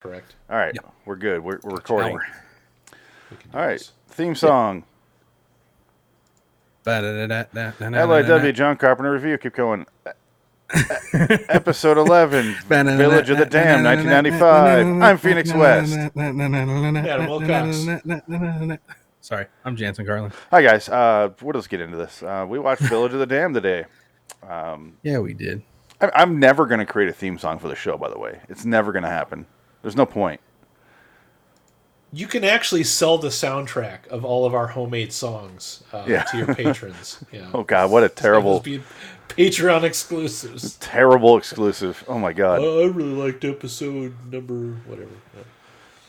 correct. All right, Yep. we're good. We're, we're recording. Right. We can do All right, this. theme song. LIW John Carpenter review. Keep going. Episode eleven, Village of the Dam, 1995. I'm Phoenix West. Adam Wilcox. Sorry, I'm Jansen Garland. Hi guys. Uh, what else get into this? Uh, we watched Village of the Dam today. Um, Yeah, we did. I- I'm never going to create a theme song for the show. By the way, it's never going to happen. There's no point. You can actually sell the soundtrack of all of our homemade songs uh, Yeah. to your patrons. Yeah. Oh God, what a terrible, Those be Patreon exclusives. terrible exclusive. Oh my God. Oh, I really liked episode number whatever.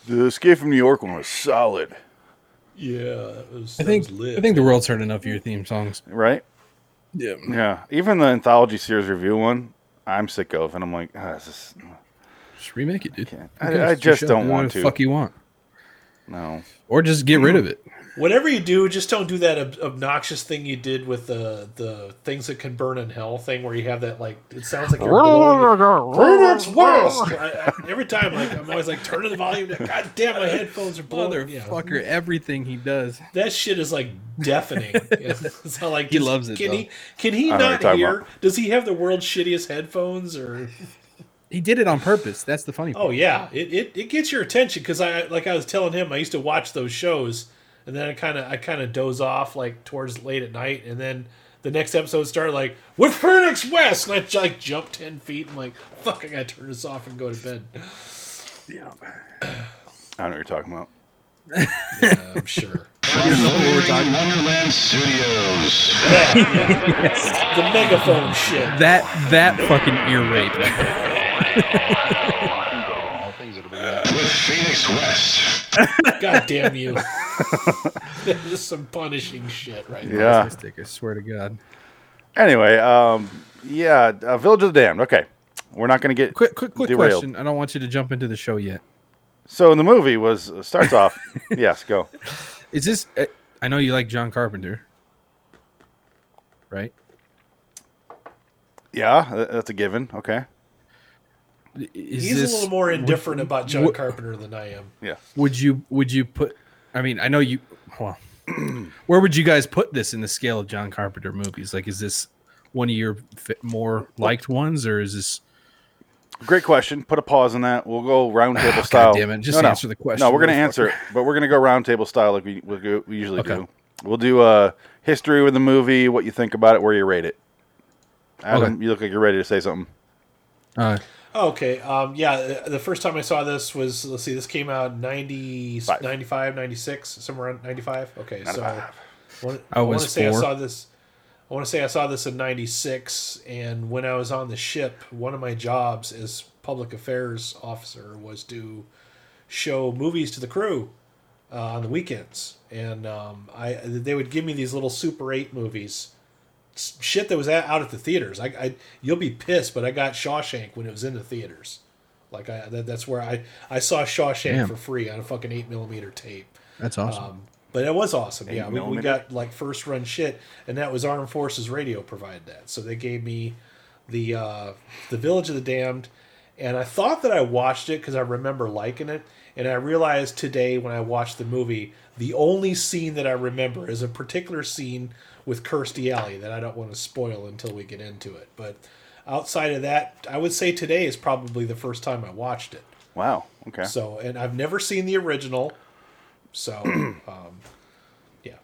The Escape from New York one was solid, Yeah, it was, I that think was lit. I think the world's heard enough of your theme songs. right? Yeah. Yeah, even the anthology series review one, I'm sick of, and I'm like, ah, this is, Just remake it, dude. I- Who cares? I It's just your don't show. want Do whatever to. The fuck you want, no. or just get rid of it. Whatever you do, just don't do that ob- obnoxious thing you did with the the things that can burn in hell thing, where you have that like it sounds like you're blowing. Phoenix West. I, I, every time, like I'm always like turning the volume. down. God damn, my headphones are blowing. Yeah. Motherfucker, everything he does. That shit is like deafening. it's not like He is- loves it, Can though. he? Can he I know what not you're talking hear? about. Does he have the world's shittiest headphones? Or He did it on purpose. That's the funny part. oh yeah, it, it, it gets your attention because I like I was telling him I used to watch those shows and then I kind of I kind of doze off like towards late at night and then the next episode started like with Phoenix West and I j- like jump ten feet and like fuck I gotta turn this off and go to bed. I don't know what you're talking about. Yeah, I'm sure. Wonderland Studios. The megaphone shit. That that fucking ear rape. With Phoenix West. God damn you. This is some punishing shit right now. Yeah. Stick, I swear to God. Anyway, um, yeah, uh, Village of the Damned. Okay, we're not going to get Quick, quick, quick Derailed. question. I don't want you to jump into the show yet. So the movie was uh, starts off. yes, go. Is this? I- I know you like John Carpenter, right? Yeah, tha- that's a given. Okay. Is He's this, a little more indifferent about John what- Carpenter than I am. Yeah. Would you? Would you put? I mean, I know you. Well, where would you guys put this in the scale of John Carpenter movies? Like, is this one of your fi- more liked ones, or is this? Great question. Put a pause on that. We'll go roundtable style. damn it. Just answer the question, No, we're going to motherfucker. answer it, but we're going to go roundtable style like we, we, go- we usually Okay. do. We'll do uh, history with the movie, what you think about it, where you rate it. Adam, you look like you're ready to say something. Uh, Okay. Um, yeah. The first time I saw this was, let's see, this came out in 90, Five. 95, 96, somewhere around 95. Okay. So I, I want was to say I Oh, four. saw this. I want to say I saw this in 96. And when I was on the ship, one of my jobs as public affairs officer was to show movies to the crew uh, on the weekends. And um, I they would give me these little Super 8 movies s- shit that was at, out at the theaters. I, I you'll be pissed, but I got Shawshank when it was in the theaters. Like I that, that's where I I saw Shawshank Damn. for free on a fucking eight millimeter tape. that's awesome. Um, but it was awesome. yeah, we, we millimeter? got like first run shit, and that was Armed Forces Radio provided that. So they gave me the uh, the Village of the Damned, and I thought that I watched it because I remember liking it, and I realized today when I watched the movie, the only scene that I remember is a particular scene with Kirstie Alley that I don't want to spoil until we get into it. But outside of that, I would say today is probably the first time I watched it. Wow. Okay. So, and I've never seen the original. So, um, yeah.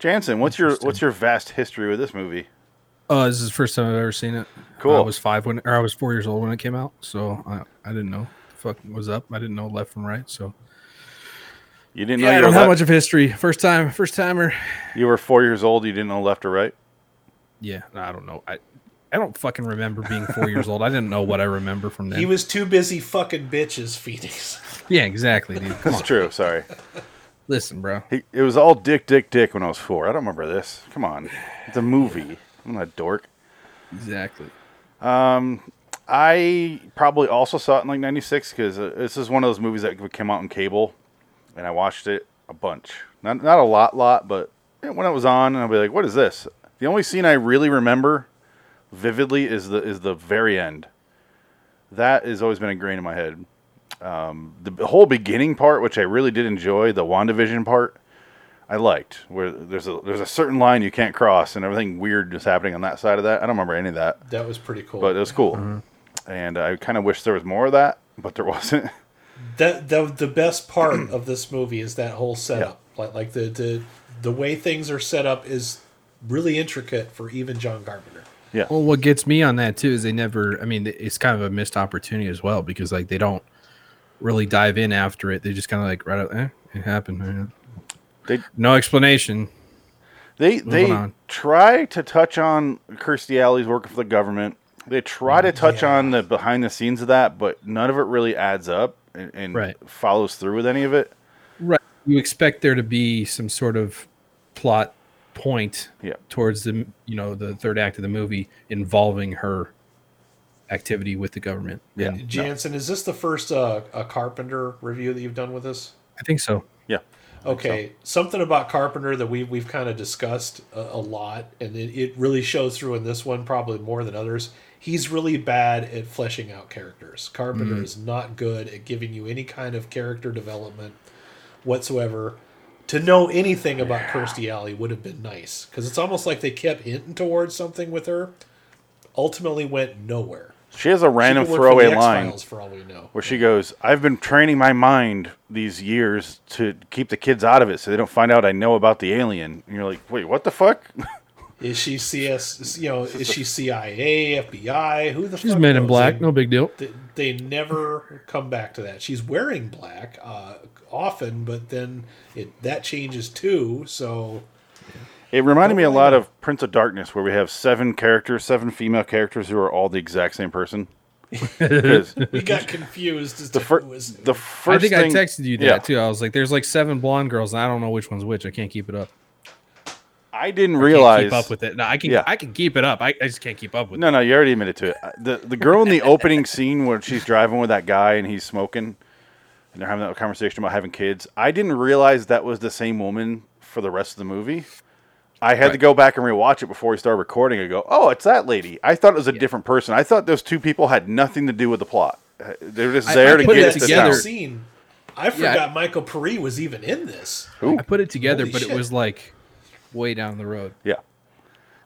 Jansen, what's your what's your vast history with this movie? Uh, this is the first time I've ever seen it. Cool. I was five when, or I was four years old when it came out, so I, I didn't know the fuck was up. I didn't know left from right. So You didn't yeah, I know don't you have were, much le- of history. First time, first timer. you were four years old. You didn't know left or right. Yeah, I don't know. I I don't fucking remember being four years old. I didn't know what I remember from then. He was too busy fucking bitches, Phoenix. yeah, exactly, dude. Come That's on. true. Sorry. Listen, bro. He, it was all dick, dick, dick when I was four. I don't remember this. Come on. It's a movie. I'm not a dork. Exactly. I probably also saw it in like '96 because this is one of those movies that came out on cable, and I watched it a bunch. Not not a lot, lot, but eh, when it was on, I'll be like, "What is this?" The only scene I really remember vividly is the is the very end. That has always been a grain in my head. Um, the whole beginning part, which I really did enjoy, the WandaVision part, I liked. Where there's a there's a certain line you can't cross, and everything weird is happening on that side of that. I don't remember any of that, That was pretty cool. but uh, it was cool. Mm-hmm. And I kind of wish there was more of that, but there wasn't. that the the best part of this movie is that whole setup. Like like the, the the way things are set up is really intricate for even John Carpenter. Well, what gets me on that too is they never. I mean, it's kind of a missed opportunity as well because like they don't really dive in after it. They just kind of like right out. Eh, it happened. man." They- no explanation. They they on. try to touch on Kirstie Alley's working for the government. They try to touch on the behind the scenes of that, but none of it really adds up and, and Right. follows through with any of it. Right. You expect there to be some sort of plot point Yeah. towards the you know the third act of the movie involving her activity with the government. Yeah. And Jansen, is this the first uh, a Carpenter review that you've done with us? I think so. Yeah. Okay, something about Carpenter that we we've kind of discussed a, a lot, and it, it really shows through in this one probably more than others. He's really bad at fleshing out characters. Carpenter Mm-hmm. is not good at giving you any kind of character development whatsoever. To know anything about Kirstie Alley would have been nice because it's almost like they kept hinting towards something with her, ultimately went nowhere. She has a random She could work for the throwaway line X-Files For all we know, where she goes, I've been training my mind these years to keep the kids out of it so they don't find out I know about the alien. And you're like, wait, what the fuck? is she CS? You know, is she CIA, FBI? Who the She's fuck Men in knows? Black. They- No big deal. they, they never come back to that. She's wearing black uh, often, but then it that changes too. So It reminded me a lot of Prince of Darkness, where we have seven characters, seven female characters who are all the exact same person. 'Cause we got confused as the, to fir- who was the first I think thing, I texted you that yeah. too. I was like, "There's like seven blonde girls, and I don't know which one's which. I can't keep it up. I didn't Can't realize. keep up with it. No, I can. Yeah. I can keep it up. I, I just can't keep up with No, no, you already admitted to it. I- The the girl in the opening scene where she's driving with that guy and he's smoking, and they're having that conversation about having kids. I didn't realize that was the same woman for the rest of the movie. I had to Right. go back and rewatch it before we started recording. I go, oh, it's that lady. I thought it was a different person. I thought those two people had nothing to do with the plot. Uh, They were just there to put put get that us this together. town. together. Scene. I forgot Michael Peri was even in this. it. I put it together, Holy but shit. it was like way down the road. Yeah.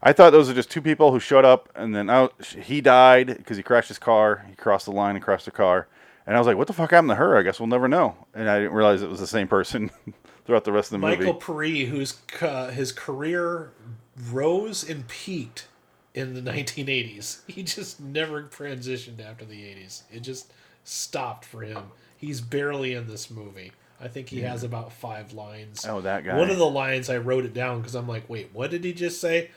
I thought those were just two people who showed up, and then I, he died because he crashed his car. He crossed the line and crashed the car. And I was like, what the fuck happened to her? I guess we'll never know. And I didn't realize it was the same person throughout the rest of the Michael movie. Peri, whose uh, his career rose and peaked in the 1980s, he just never transitioned after the 80s. It just stopped for him. He's barely in this movie. I think he has about five lines. Oh, that guy. One of the lines I wrote it down because I'm like, wait, what did he just say?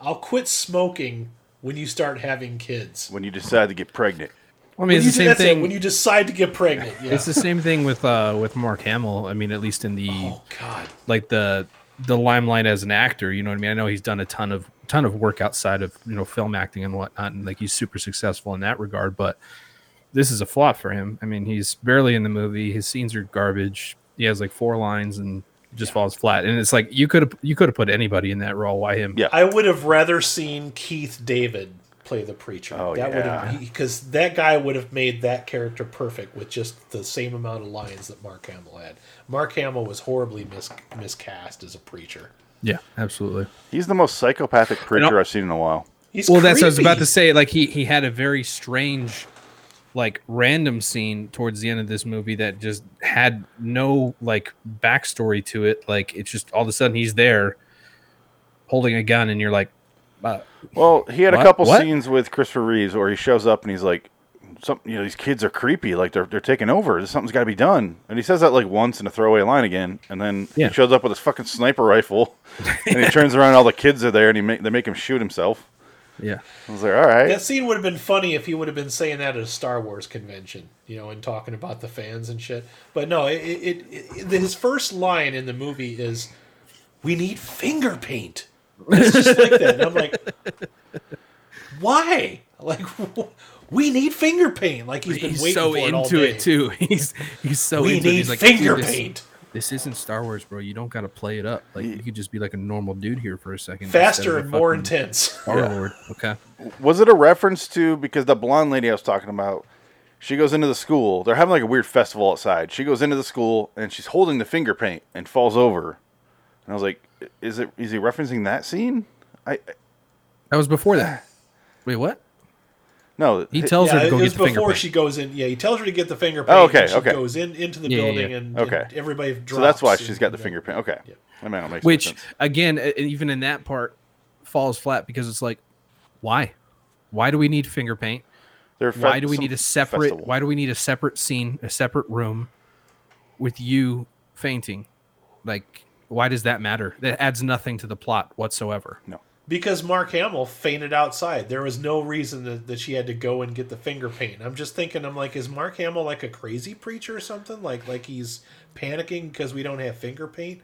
I'll quit smoking when you start having kids. When you decide to get pregnant. I mean, When it's you the do- same that's it, thing. when you decide to get pregnant. Yeah. It's the same thing with uh with Mark Hamill. I mean, at least in the oh God. like the the limelight as an actor. You know what I mean? I know he's done a ton of ton of work outside of you know film acting and whatnot, and like he's super successful in that regard. But this is a flop for him. I mean, he's barely in the movie. His scenes are garbage. He has like four lines and just falls flat. And it's like you could have you could have put anybody in that role. Why him? Yeah. I would have rather seen Keith David play the preacher. Oh, that yeah. would because that guy would have made that character perfect with just the same amount of lines that Mark Hamill had. Mark Hamill was horribly mis- miscast as a preacher. Yeah, absolutely. He's the most psychopathic preacher I'll- I've seen in a while. He's well that's what i was about creepy. to say like he he had a very strange like random scene towards the end of this movie that just had no like backstory to it like it's just all of a sudden he's there holding a gun and you're like uh, Well, he had a What? couple What? scenes with Christopher Reeves where he shows up and he's like, "Something, you know, these kids are creepy. Like they're they're taking over. Something's got to be done." And he says that like once in a throwaway line again, and then Yeah. he shows up with his fucking sniper rifle, and he turns around, and all the kids are there, and he make, they make him shoot himself. yeah I was like, "All right, That scene would have been funny if he would have been saying that at a Star Wars convention, you know, and talking about the fans and shit. But no, it, it, it, his first line in the movie is, "We need finger paint." It's just like that. And I'm like, why? Like, we need finger paint. Like he's been waiting for it all day. too he's he's so We need finger paint. this isn't Star Wars, bro. You don't got to play it up. Like you could just be like a normal dude here for a second, Faster and more intense. Star Lord, okay? Was it a reference to because the blonde lady I was talking about, She goes into the school. They're having like a weird festival outside. She goes into the school and she's holding the finger paint and falls over. And I was like, "Is it? Is he referencing that scene?" I That was before that. Wait, what? no. He it- tells yeah, her to go it was get the finger. before paint. she goes in. Yeah, he tells her to get the finger paint. Oh, okay, and she okay. goes in into the Yeah, yeah, building yeah. and, Okay. and everybody drops. so that's why and- she's got the yeah. finger paint. Okay, Yeah. that might not make Which, sense. again, e- even in that part, falls flat because it's like, why? Why do we need finger paint? They're why fe- do we some need a separate festival. why do we need a separate scene a separate room with you fainting like why does that matter that adds nothing to the plot whatsoever Because Mark Hamill fainted outside. There was no reason that, that she had to go and get the finger paint. I'm just thinking, I'm like, is Mark Hamill like a crazy preacher or something? Like, like he's panicking because we don't have finger paint?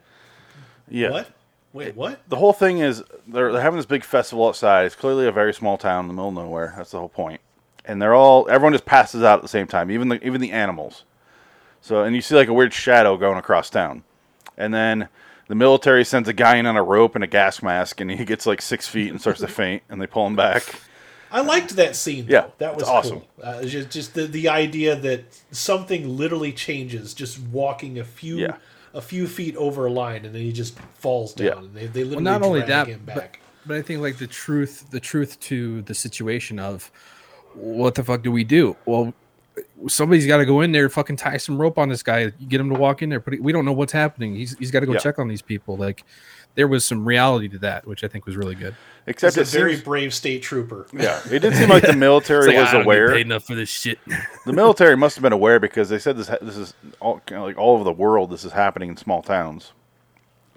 Yeah. What? Wait, what? the whole thing is they're, they're having this big festival outside. It's clearly a very small town in the middle of nowhere. That's the whole point. And they're all everyone just passes out at the same time, even the even the animals. So and you see like a weird shadow going across town, and then the military sends a guy in on a rope and a gas mask, and he gets like six feet and starts to faint, and they pull him back. I liked that scene. Though. Yeah, that was it's awesome. Cool. Uh, just just the, the idea that something literally changes just walking a few Yeah. a few feet over a line and then he just falls down. Yeah. And they they literally well not only drag that him but, back. but i think like the truth the truth to the situation of what the fuck do we do well somebody's got to go in there fucking tie some rope on this guy get him to walk in there but we don't know what's happening he's, he's got to go Yeah. check on these people like there was some reality to that which i think was really good Except He's it a very seems- brave state trooper. yeah, it did seem like the military It's like, was I don't get aware. paid enough for this shit the military must have been aware because they said this this is all kind of like all over the world this is happening in small towns.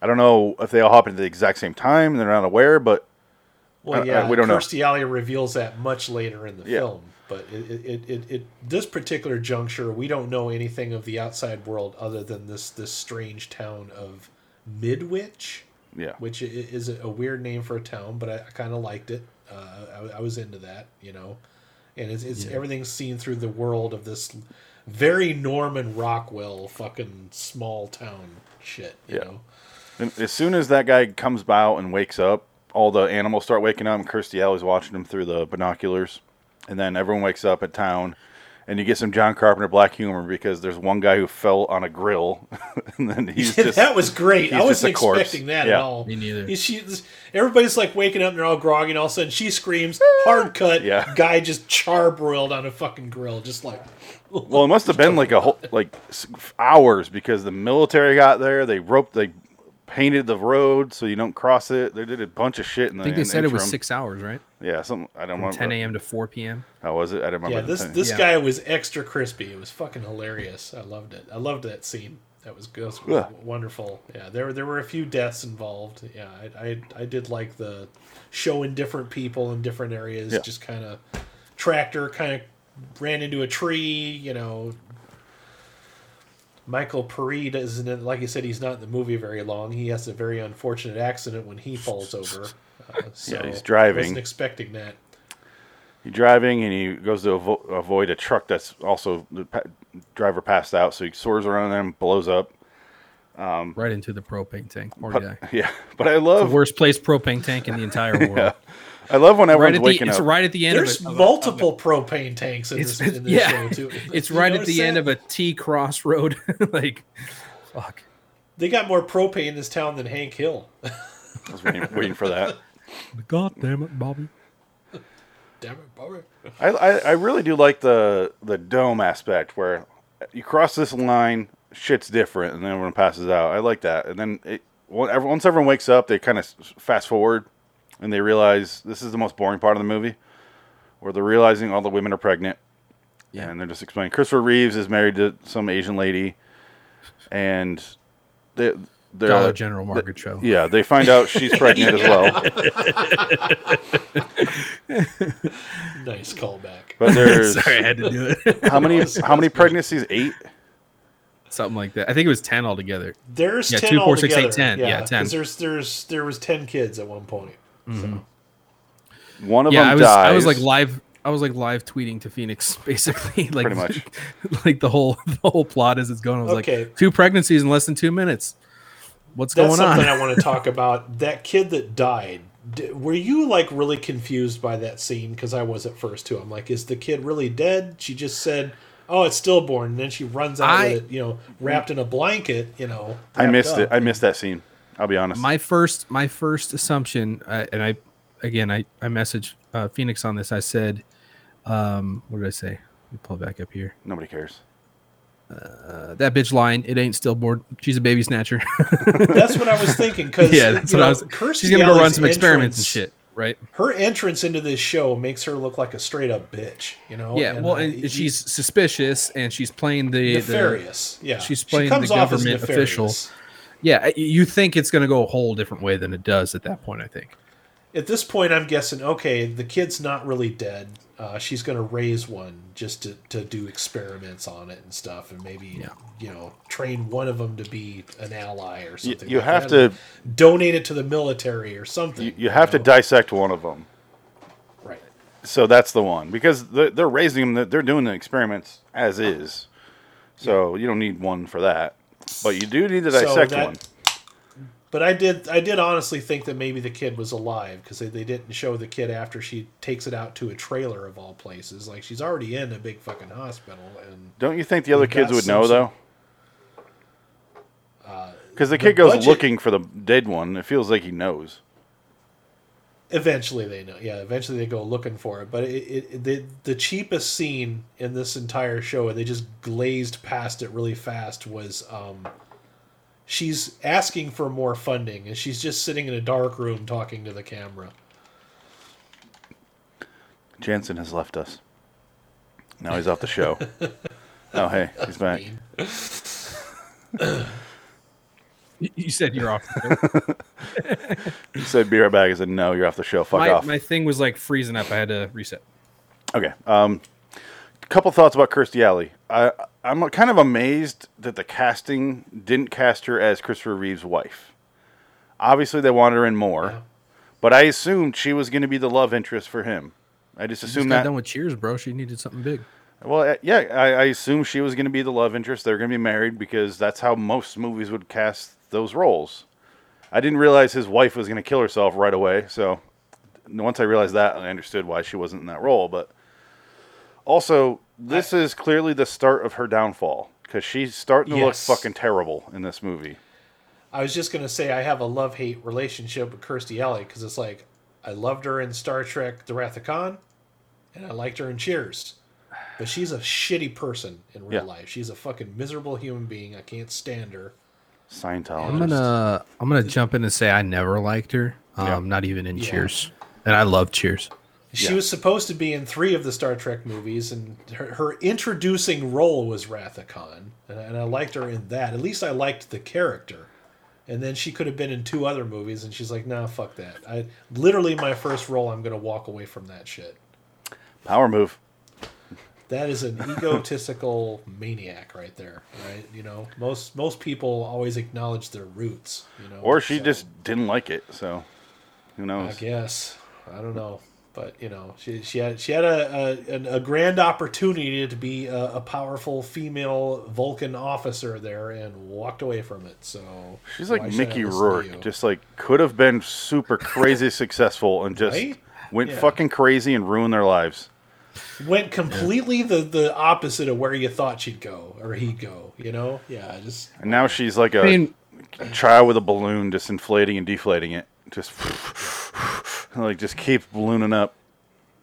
I don't know if they all happened at the exact same time and they're not aware, but Well, I- I- yeah, we don't know. Kirstie Alley reveals that much later in the Yeah. film, but it, it, it, it, it this particular juncture, we don't know anything of the outside world other than this this strange town of Midwich, yeah. which i- is a weird name for a town, but I, I kind of liked it. Uh, I, w- I was into that, you know, and it's, it's everything's seen through the world of this very Norman Rockwell fucking small town shit, you Yeah. know. And as soon as that guy comes out and wakes up, all the animals start waking up, and Kirstie Alley's watching them through the binoculars. And then everyone wakes up at town, and you get some John Carpenter black humor because there's one guy who fell on a grill, and then he's just that was great. he's I wasn't just a corpse. expecting that Yeah. at all. Me neither. Is She, this- everybody's like waking up and they're all groggy, and all of a sudden she screams, hard cut, Ah. Yeah. guy just charbroiled on a fucking grill. Just like, Well, it must have been like a whole like s- hours because the military got there. They roped, they painted the road so you don't cross it. They did a bunch of shit. In the, I think they in the said it was interim. six hours, right? Yeah, something. I don't From remember. 10 a.m. to 4 p.m. How was it? I don't remember. yeah, the this thing. this Yeah. guy was extra crispy. It was fucking hilarious. I loved it. I loved that scene. That was good. That was Yeah. Wonderful. Yeah, there were- there were a few deaths involved. Yeah, I I, I did like the showing different people in different areas. Yeah. Just kind of tractor kind of ran into a tree. You know, Michael Paride isn't in, like you said. He's not in the movie very long. He has a very unfortunate accident when he falls over. Uh, so he's driving. Wasn't expecting that. You're driving and he goes to avo- avoid a truck that's also the pa- driver passed out, so he soars around and blows up. Right into the propane tank. Or But, yeah. yeah, but I The love worst place propane tank in the entire world. I love when Right everyone's at the, waking it's up. right at the end There's of a, of a- multiple propane tanks in it's, this, in this yeah, show too. it's You right at notice the end that? of a T crossroad. like, fuck. They got more propane in this town than Hank Hill. I was waiting, waiting for that. God damn it, Bobby. Damn it, Bobby. I, I, I really do like the the dome aspect where you cross this line, shit's different, and then everyone passes out. I like that. And then it, well, every- once everyone wakes up, they kind of fast forward and they realize this is the most boring part of the movie where they're realizing all the women are pregnant. Yeah. And they're just explaining Christopher Reeves is married to some Asian lady and they, they're. Dollar General Market Show. Yeah, they find out she's pregnant as well. Nice callback. But there's Sorry, I had to do it. how many how many pregnancies? Eight. Something like that. I think it was 10 altogether. Oh, There's Yeah, ten two, four, six, altogether. eight, 10. Yeah, 10. 'cause There's there's there was ten kids at one point. So. One of yeah, them I was dies. I was like live I was like live tweeting to Phoenix basically like Pretty much like the whole the whole plot as it's going. I was Okay. like two pregnancies in less than two minutes. What's That's going on? something I want to talk about. That kid that died. d- Were you like really confused by that scene? Because I was at first too. I'm like, is the kid really dead? She just said oh, it's stillborn. And then she runs out I- with it, you know, wrapped in a blanket, you know. I wrapped missed it. up. I missed that scene. I'll be honest. my first my first assumption uh, and i again i i messaged uh, phoenix on this i said um what did i say let me pull it back up here Nobody cares. uh, that bitch lying it ain't stillborn she's a baby snatcher That's what I was thinking. Because yeah that's what i was she's gonna go run some experiments and shit right Her entrance into this show makes her look like a straight up bitch, you know. yeah well uh, and y- she's suspicious and she's playing the, the nefarious. yeah, she's playing the government official. nefarious. yeah y- you think it's gonna go a whole different way than it does at that point i think At this point, I'm guessing okay, the kid's not really dead. Uh, she's going to raise one just to, to do experiments on it and stuff, and maybe Yeah. you know train one of them to be an ally or something. you like have that. to- donate it to the military or something. You, you have to know? dissect one of them. right. So that's the one because they're, they're raising them. they're- They're doing the experiments as is. So you don't need one for that, but you do need to So dissect that- one. But I did, I did honestly think that maybe the kid was alive because they, they didn't show the kid after she takes it out to a trailer of all places. Like she's already in a big fucking hospital, and Don't you think the other That kids would seems know to- though? Because the kid goes budget- looking for the dead one. It feels like he knows. eventually they know. Yeah, eventually they go looking for it. But it, it, it the, the cheapest scene in this entire show, and they just glazed past it really fast, was um, she's asking for more funding, and she's just sitting in a dark room talking to the camera. Jansen has left us. Now he's off the show. oh hey, he's back. Y- you said you're off the air. He said be right back. He said no, you're off the show. Fuck my, off. my thing was like freezing up i had to reset Okay. Um, couple thoughts about Kirstie Alley. I I'm kind of amazed that the casting didn't cast her as Christopher Reeve's wife. Obviously, they wanted her in more, but I assumed she was going to be the love interest for him. I just Just assumed got that. done with cheers bro she needed something big Well, uh, yeah, I, I assume she was going to be the love interest. They're going to be married because that's how most movies would cast those roles. I didn't realize his wife was going to kill herself right away. So once I realized that, I understood why she wasn't in that role. But also, this is clearly the start of her downfall because she's starting to Yes. look fucking terrible in this movie. I was just gonna say I have a love hate relationship with Kirstie Alley because it's like I loved her in Star Trek: The Wrath of Khan, and I liked her in Cheers, but she's a shitty person in real Yeah. life. She's a fucking miserable human being. I can't stand her. Scientologist. I'm gonna I'm gonna jump in and say I never liked her. Um, Yeah. not even in Yeah. Cheers, and I love Cheers. She Yeah. was supposed to be in three of the Star Trek movies, and her, her introducing role was Wrath of Khan, and I, and I liked her in that. At least I liked the character. And then she could have been in two other movies, and she's like, "Nah, fuck that." I literally my first role, I'm gonna walk away from that shit. Power move. That is an egotistical maniac right there, right? You know, most most people always acknowledge their roots, you know. Or she so, just didn't like it. So who I knows? guess I don't know, but you know, she she had she had a a, an, a grand opportunity to be a, a powerful female Vulcan officer there and walked away from it. So She's like why should I Mickey listen to you? Rourke, just like could have been super crazy successful and just Right? went Yeah. fucking crazy and ruined their lives. went completely the the opposite of where you thought she'd go or he'd go. You know, yeah, just And now she's like a I mean, child with a balloon, just inflating and deflating it, just like just keep ballooning up.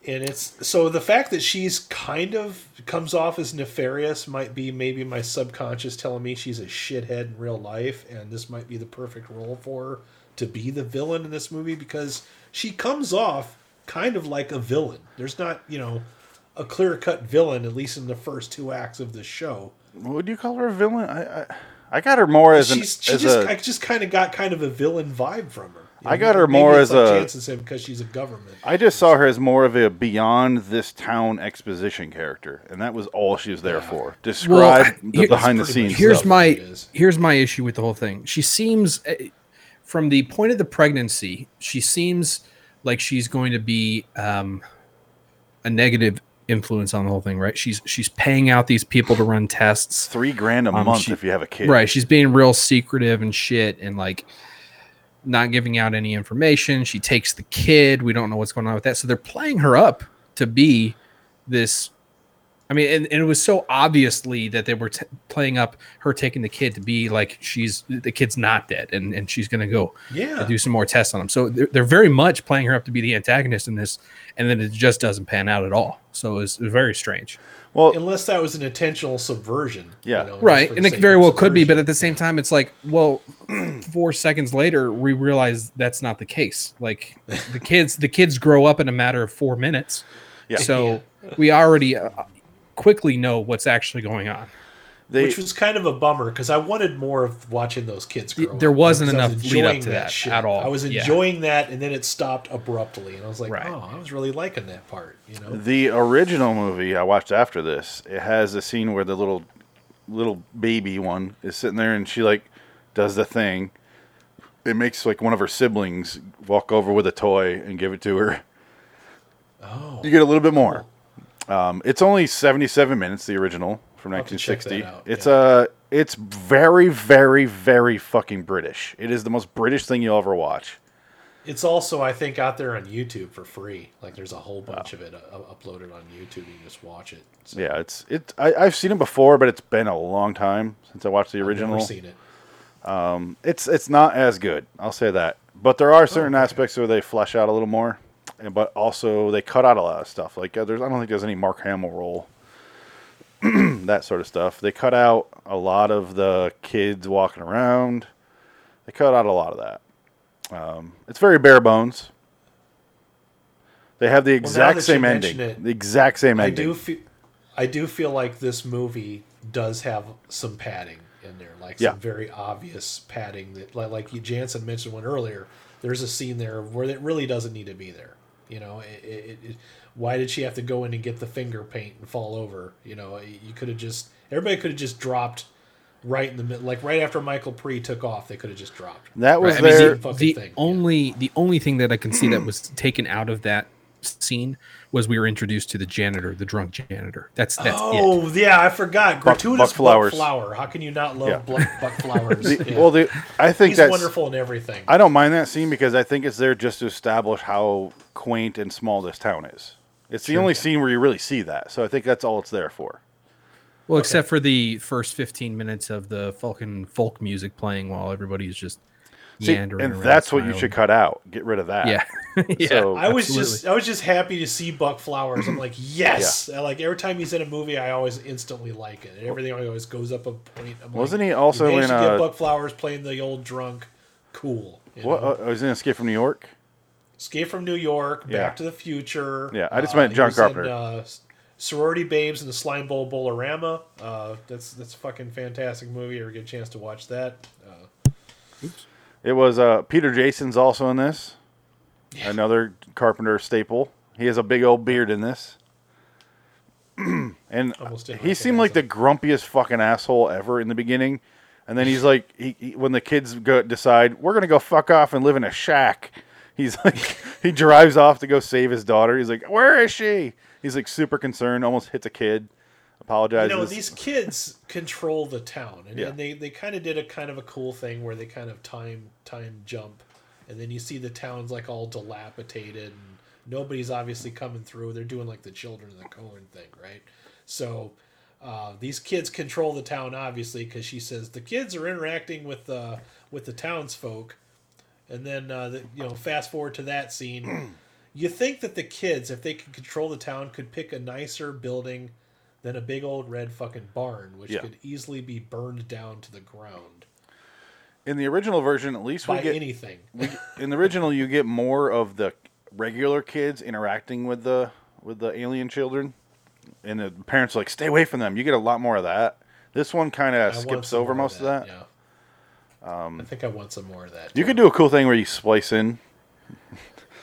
and it's so the fact that she's kind of comes off as nefarious might be maybe my subconscious telling me she's a shithead in real life and this might be the perfect role for her to be the villain in this movie because she comes off kind of like a villain there's not you know a clear-cut villain at least in the first two acts of the show Would you call her a villain? I I, I got her more as an she's she as just a i just kind of got kind of a villain vibe from her You I know, got her maybe more it's as like a- Jansen said because she's a government I just saw her as more of a beyond this town exposition character, and that was all she was there for. well, Describe the here- behind the scenes. Here's stuff. what my it is. here's my issue with the whole thing. She seems, eh, from the point of the pregnancy, she seems like she's going to be um, a negative influence on the whole thing, right? She's she's paying out these people to run tests, three grand a Um, month she- if you have a kid. right? She's being real secretive and shit, and like not giving out any information. She takes the kid. We don't know what's going on with that. So they're playing her up to be this I mean, and, and it was so obviously that they were t- playing up her taking the kid to be like she's the kid's not dead and, and she's going to go Yeah. and do some more tests on him. So they're, they're very much playing her up to be the antagonist in this, and then it just doesn't pan out at all. So it was, it was very strange, Well, Unless that was an intentional subversion. Yeah. just right? for And the it sake very of well could be, but subversion. at the same time, it's like, well, four seconds later, we realize that's not the case. Like the kids, the kids grow up in a matter of four minutes. Yeah. So we already uh, quickly know what's actually going on. they, which was kind of a bummer because I wanted more of watching those kids grow. up, there wasn't because I was enough lead up enjoying to that at all. I was Yeah. enjoying that, and then it stopped abruptly, and I was like, Right. "Oh, I was really liking that part." You know, the original movie I watched after this, it has a scene where the little little baby one is sitting there and she like does the thing. It makes like one of her siblings walk over with a toy and give it to her. oh, You get a little bit more. Um, it's only seventy-seven minutes, the original from have to check that 1960. out, It's yeah. uh, it's very, very, very fucking British. It is the most British thing you'll ever watch. it's also I think out there on YouTube for free. Like, there's a whole bunch of it uh, uploaded on YouTube. You can just watch it. So Yeah, it's it. I, I've seen it before, but it's been a long time since I watched the I've never original. seen it. It's it's not as good. I'll say that. But there Oh, are certain aspects where they flesh out a little more, and but also they cut out a lot of stuff. Like uh, there's, I don't think there's any Mark Hamill role, that sort of stuff. They cut out a lot of the kids walking around. They cut out a lot of that. Um, it's very bare bones. They have the now that exact you same ending. mention it, the exact same I ending. do feel, I do feel like this movie does have some padding in there, like Yeah. some very obvious padding that, like, like you Jansen mentioned one earlier. There's a scene there where it really doesn't need to be there. You know, it, it, it, why did she have to go in and get the finger paint and fall over? You know, you could have just everybody could have just dropped right in the middle, like right after Michael Pre took off, they could have just dropped. that was Right, their there- I mean, the, Fucking the thing, yeah. only the only thing that I can see that was taken out of that scene was we were introduced to the janitor, the drunk janitor. That's that's it. Oh yeah, I forgot. Gratuitous Buck buck, Flowers. flower. How can you not love Yeah. Buck, buck flowers? the- Yeah. well. The, I think He's that's wonderful in everything. I don't mind that scene because I think it's there just to establish how quaint and small this town is. It's the only scene where you really see that, so I think that's all it's there for. Well, except for the first fifteen minutes of the fucking folk music playing while everybody's just See, yandering and around that's what you smiling. should cut out. Get rid of that. Yeah, yeah. So I was just I was just happy to see Buck Flowers. I'm like, yes. I like every time he's in a movie, I always instantly like it. And everything always goes up a point. I'm like, Wasn't he also you managed in, to get uh, Buck Flowers playing the old drunk? Cool. you what? know? Uh, was in Escape from New York. Escape from New York, Back Yeah. to the Future. Yeah, I just meant he John was Carpenter. In, uh, Sorority Babes and the Slime Bowl Bolorama. Uh, that's that's a fucking fantastic movie. Ever get a chance to watch that? Uh, It was uh, Peter Jason's also in this. Another Carpenter staple. He has a big old beard in this. and Almost didn't he seemed like the grumpiest fucking asshole ever in the beginning. And then he's like, he, he- when the kids go, decide, we're going to go fuck off and live in a shack, he's like, he drives off to go save his daughter. He's like, where is she? He's like super concerned, almost hits a kid, apologizes. you know these kids control the town and, Yeah. and they, they kind of did a kind of a cool thing where they kind of time time jump and then you see the town's like all dilapidated and nobody's obviously coming through they're doing like the children of the Cohen thing right so uh, these kids control the town obviously because she says the kids are interacting with uh, with the townsfolk and then uh, the, you know fast forward to that scene you think that the kids if they could control the town could pick a nicer building than a big old red fucking barn, which Yeah. could easily be burned down to the ground in the original version, at least we by get anything. in the original you get more of the regular kids interacting with the with the alien children and the parents are like stay away from them you get a lot more of that this one kind I of want skips some over more most of of that Um, Yeah. I think I want some more of that. you could do a cool thing where you splice in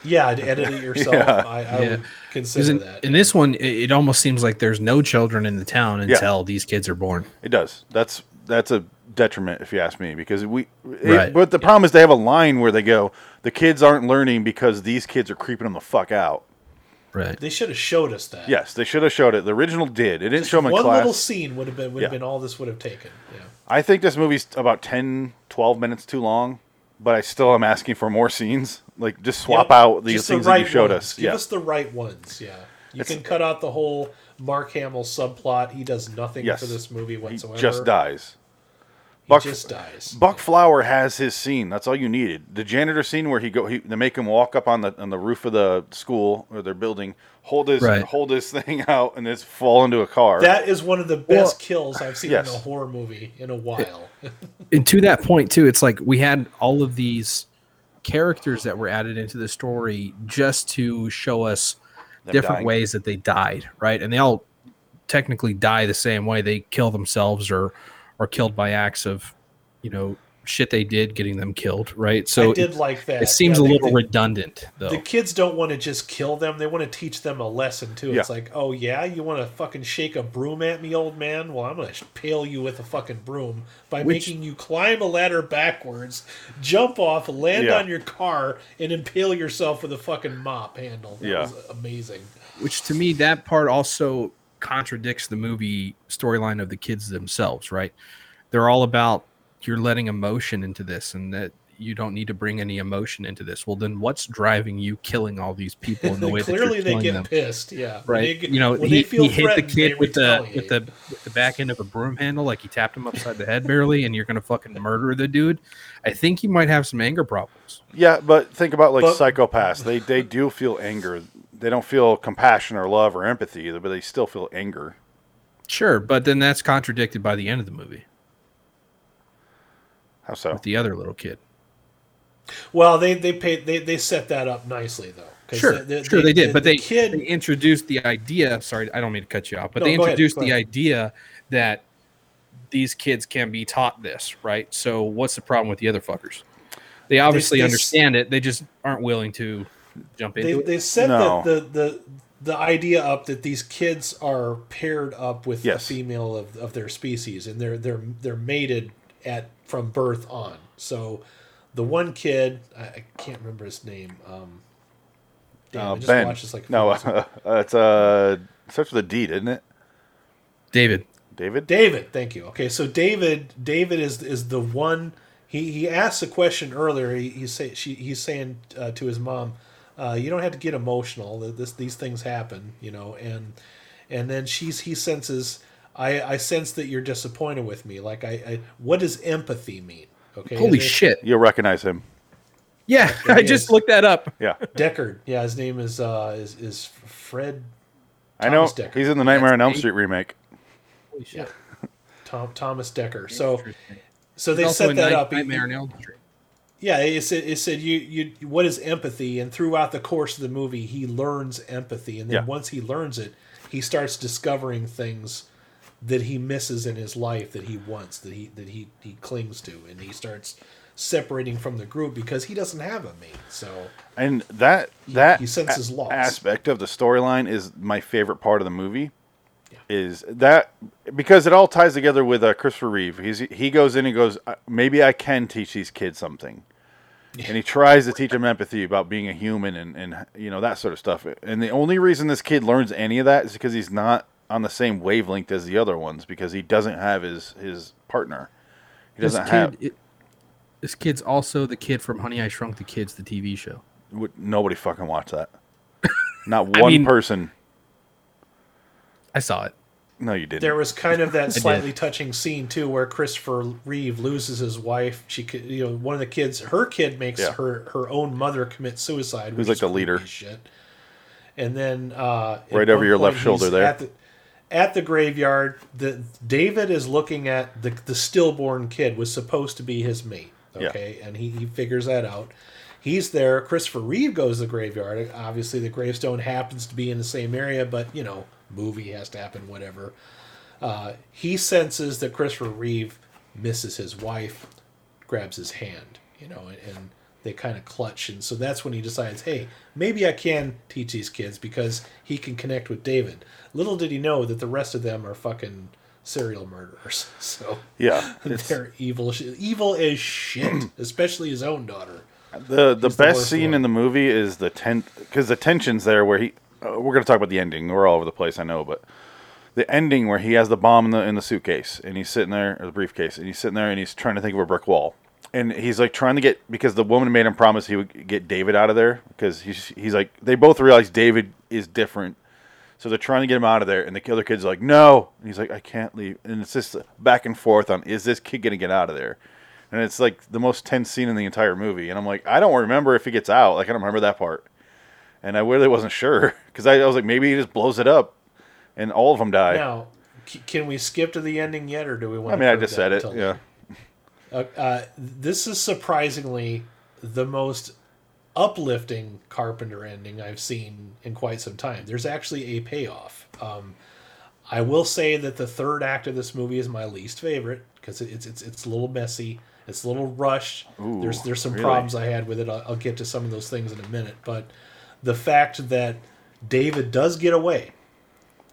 yeah, I'd edit it yourself. Yeah. I, I Yeah. would 'Cause consider in, that. in this one, it, it almost seems like there's no children in the town Yeah. until these kids are born. it does that's that's a detriment if you ask me because we it- Right. but the problem is they have a line where they go the kids aren't learning because these kids are creeping them the fuck out Right. they should have showed us that. yes they should have showed it the original did it didn't show them in one class little scene would have been would have Yeah. been all this would have taken. Yeah. I think this movie's about 10, 12 minutes too long, but I still am asking for more scenes. Like, just swap Yep. out these Just things that you right showed ones. us. Give yeah. us the right ones. Yeah, you can cut out the whole. Mark Hamill subplot. He does nothing Yes. for this movie He whatsoever. just dies. He Buck- just dies. Buck Flower has his scene. That's all you needed. The janitor scene where he go, he, they make him walk up on the on the roof of the school or their building, hold his Right. hold his thing out, and just fall into a car. that is one of the best Well, kills I've seen yes. in a horror movie in a while. and to that point too it's like we had all of these characters that were added into the story just to show us Them different dying. ways that they died right and they all technically die the same way they kill themselves or are killed by acts of you know shit they did getting them killed right so I did it, like that. it seems Yeah, a they- little they- redundant though the kids don't want to just kill them. They want to teach them a lesson too. It's Yeah. like, oh yeah, you want to fucking shake a broom at me, old man? Well, I'm gonna sh- pale you with a fucking broom by Which- making you climb a ladder backwards, jump off, land Yeah. on your car, and impale yourself with a fucking mop handle. That Yeah. was amazing. which to me that part also contradicts the movie storyline of the kids themselves right they're all about you're letting emotion into this and that you don't need to bring any emotion into this well then what's driving you killing all these people in the way Clearly, that you're they killing get them pissed. Yeah, When right they- you know when they he, feel he hit the threatened, they kid with the with retaliate. the with the back end of a broom handle like he tapped him upside the head barely and you're gonna fucking murder the dude i think he might have some anger problems Yeah, but think about like But- psychopaths. They they do feel anger. They don't feel compassion or love or empathy, but they still feel anger. sure but then that's contradicted by the end of the movie How so? with the other little kid Well, they they paid they they set that up nicely though. 'Cause Sure, the- the- sure the- they the- did, but the they, kid they introduced the idea. Sorry, I don't mean to cut you off, but No, they go ahead, introduced go the ahead. idea that these kids can be taught this, right? So what's the problem with the other fuckers? They obviously they s- understand it; they just aren't willing to jump they, into it. they said No. that the, the the idea up that these kids are paired up with Yes. the female of, of their species and they're they're they're mated at from birth on. So the one kid I, I can't remember his name. Um, damn, Uh, I just ben. watched this like a no, few uh, it's uh, starts with a D, isn't it? David, David. David, thank you. Okay, so David, David is is the one. He he asked a question earlier. He, he say she he's saying uh, to his mom, uh, "You don't have to get emotional. That This these things happen, you know." And and then she's he senses. I I sense that you're disappointed with me. Like I, I what does empathy mean? Okay, holy and then shit! You'll recognize him. Yeah, I just is. looked that up. Yeah, Deckard. Yeah, his name is uh is is Fred I know. Thomas Decker. He's in the Nightmare on Elm That's Street remake. Holy shit! Tom Thomas Decker. So Interesting. so they Also set in that Night- up. He- Nightmare on Elm Street. Yeah, it said it said you you what is empathy, and throughout the course of the movie, he learns empathy, and then Yeah. once he learns it, he starts discovering things that he misses in his life that he wants that he that he he clings to, and he starts separating from the group because he doesn't have a mate. So And that that he senses loss. aspect of the storyline is my favorite part of the movie. Is that because it all ties together with uh, Christopher Reeve? He's he goes in and goes, "Uh, maybe I can teach these kids something, and he tries to teach them empathy about being a human and and you know that sort of stuff. And the only reason this kid learns any of that is because he's not on the same wavelength as the other ones because he doesn't have his his partner. He This doesn't kid, have it- this kid's also the kid from Honey I Shrunk the Kids, the TV show. would nobody fucking watch that. Not one I mean- person. I saw it. No, you didn't. there was kind of that slightly touching scene too, where Christopher Reeve loses his wife. She could, you know, one of the kids, her kid makes Yeah. her her own mother commit suicide. which Who's like is the leader. creepy as Shit. And then uh, at Right over one your left point, shoulder he's there. At the, at the graveyard, the David is looking at the the stillborn kid was supposed to be his mate. Yeah. Okay, and he, he figures that out. He's there. Christopher Reeve goes to the graveyard. Obviously, the gravestone happens to be in the same area, but you know, movie has to happen, whatever. Uh, he senses that Christopher Reeve misses his wife, grabs his hand, you know, and, and they kind of clutch. And so that's when he decides, hey, maybe I can teach these kids because he can connect with David. Little did he know that the rest of them are fucking serial murderers. So Yeah, they're evil, sh- evil as shit, especially his own daughter. the the the best worst scene one. in the movie is the ten because the tension's there where he. Uh, we're gonna talk about the ending. We're all over the place, I know, but the ending where he has the bomb in the in the suitcase and he's sitting there or the briefcase and he's sitting there and he's trying to think of a brick wall and he's like trying to get because the woman made him promise he would get David out of there because he's he's like they both realize David is different So they're trying to get him out of there, and the other kid's like, "No," and he's like, "I can't leave." And it's just back and forth on, "Is this kid gonna get out of there?" And it's like the most tense scene in the entire movie. And I'm like, I don't remember if he gets out. Like I don't remember that part. And I really wasn't sure because I, I was like, maybe he just blows it up, and all of them die. Now, c- can we skip to the ending yet, or do we want? I mean, I prove just that said it. until- Yeah. Uh, uh, this is surprisingly the most uplifting Carpenter ending I've seen in quite some time. There's actually a payoff. Um, I will say that the third act of this movie is my least favorite because it's it's it's a little messy, it's a little rushed. Ooh, there's there's some really? problems I had with it. I'll, I'll get to some of those things in a minute, but the fact that David does get away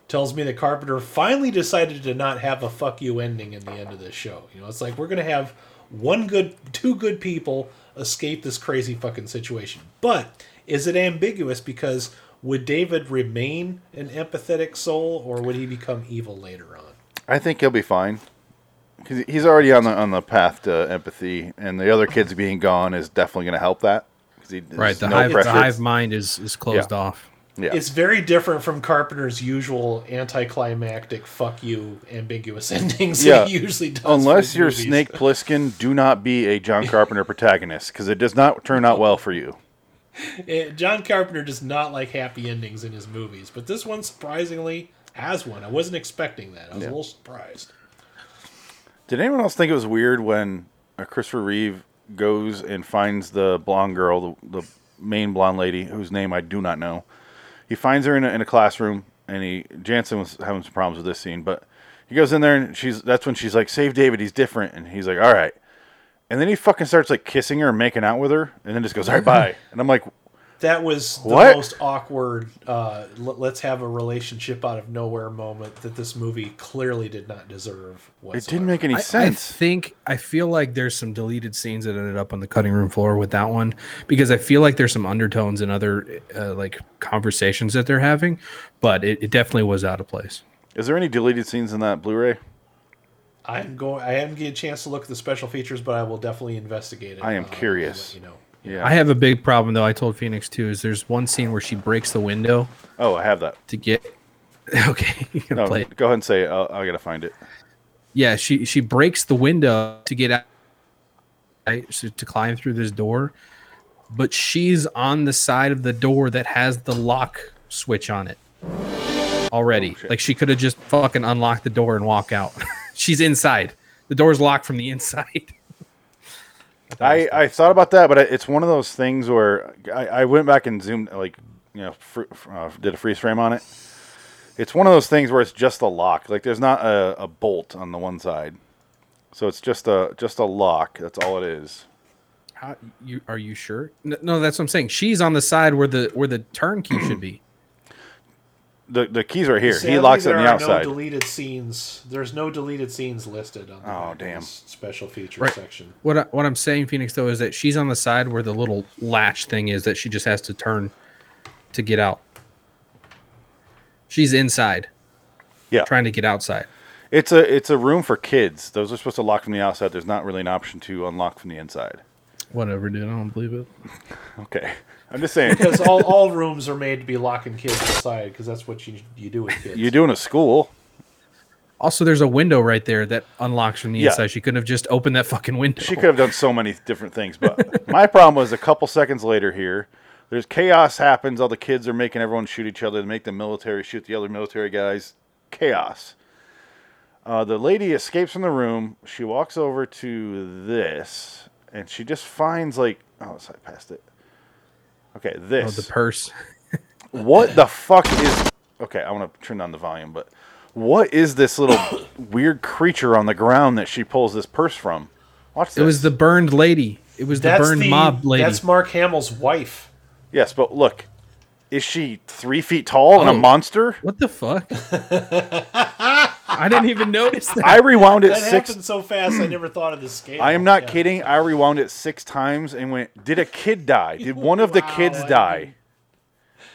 tells me that Carpenter finally decided to not have a fuck you ending in the end of this show. You know, it's like we're gonna have one good, two good people escape this crazy fucking situation. But is it ambiguous because would David remain an empathetic soul or would he become evil later on? I think he'll be fine. 'Cause he's already on the on the path to empathy, and the other kids being gone is definitely going to help that. 'Cause he, there's Right. The, no hive, the pressure. hive mind is is closed Yeah. off. Yeah. It's very different from Carpenter's usual anticlimactic fuck you ambiguous endings Yeah. that he usually does. for Unless his you're movies. Snake Plissken, do not be a John Carpenter protagonist because it does not turn out well for you. Eh, John Carpenter does not like happy endings in his movies, but this one surprisingly has one. I wasn't expecting that. I was a little surprised. Did anyone else think it was weird when uh, Christopher Reeve goes and finds the blonde girl, the, the main blonde lady, whose name I do not know? He finds her in a, in a classroom, and he Jansen was having some problems with this scene, but he goes in there, and she's that's when she's like, "Save David, he's different," and he's like, "All right," and then he fucking starts like kissing her and making out with her, and then just goes, "All right, bye," and I'm like, That was the What? most awkward. Uh, l- let's have a relationship out of nowhere moment that this movie clearly did not deserve. "It Whatsoever. didn't make any I- I sense." think I feel like there's some deleted scenes that ended up on the cutting room floor with that one because I feel like there's some undertones and other uh, like conversations that they're having, but it, it definitely was out of place. Is there any deleted scenes in that Blu-ray? I'm going. I haven't get a chance to look at the special features, but I will definitely investigate it. I am uh, and curious. let You know, Yeah. I have a big problem though. I told Phoenix too is there's one scene where she breaks the window oh, I have that. to get. Okay, you can No, play. it. go ahead and say. It. I'll, I gotta find it. yeah she she breaks the window to get out right, so to climb through this door but she's on the side of the door that has the lock switch on it already like she could have just fucking unlocked the door and walk out she's inside the door's locked from the inside I, I thought about that, but I- it's one of those things where I, I went back and zoomed, like, you know, fr- fr- uh, did a freeze frame on it. It's one of those things where it's just a lock. Like, there's not a, a bolt on the one side, so it's just a just a lock. That's all it is. How, you, are you sure no, no that's what i'm saying she's on the side where the where the turnkey should be The the keys are here. Sadly, he locks it there on the are outside. No deleted scenes. There's no deleted scenes listed on the Oh, damn. special feature Right. section. What I, what I'm saying, Phoenix, though, is that she's on the side where the little latch thing is that she just has to turn to get out. She's inside. Yeah. Trying to get outside. it's a it's a room for kids. Those are supposed to lock from the outside. There's not really an option to unlock from the inside. Whatever, dude. I don't believe it. Okay, I'm just saying. Because all, all rooms are made to be locking kids inside, because that's what you you do with kids. You're doing a school. Also, there's a window right there that unlocks from the Yeah. inside. She couldn't have just opened that fucking window. She could have done so many different things, but my problem was a couple seconds later here. There's chaos happens. All the kids are making everyone shoot each other. They make the military shoot the other military guys. Chaos. Uh, the lady escapes from the room. She walks over to this, and she just finds like oh, sorry, passed it. Okay, Oh, this. the purse. what the fuck is? Okay, I want to turn down the volume, but what is this little weird creature on the ground that she pulls this purse from? Watch this. It was the burned lady. It was the That's burned the- mob lady. That's Mark Hamill's wife. Yes, but look, is she three feet tall and a Oh. monster? what the fuck? I didn't even notice that. I rewound it That six. happened so fast, I never thought of this scale. I am not Yeah. kidding. I rewound it six times and went, "Did a kid die? Did one of the Wow, kids I die?"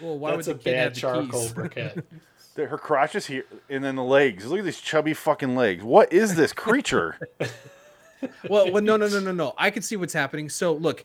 Well, why That's a would the kid bad have the charcoal keys? briquette. The- Her crotch is here, and then the legs. Look at these chubby fucking legs. What is this creature? well, well, no, no, no, no, no. I can see what's happening. So look,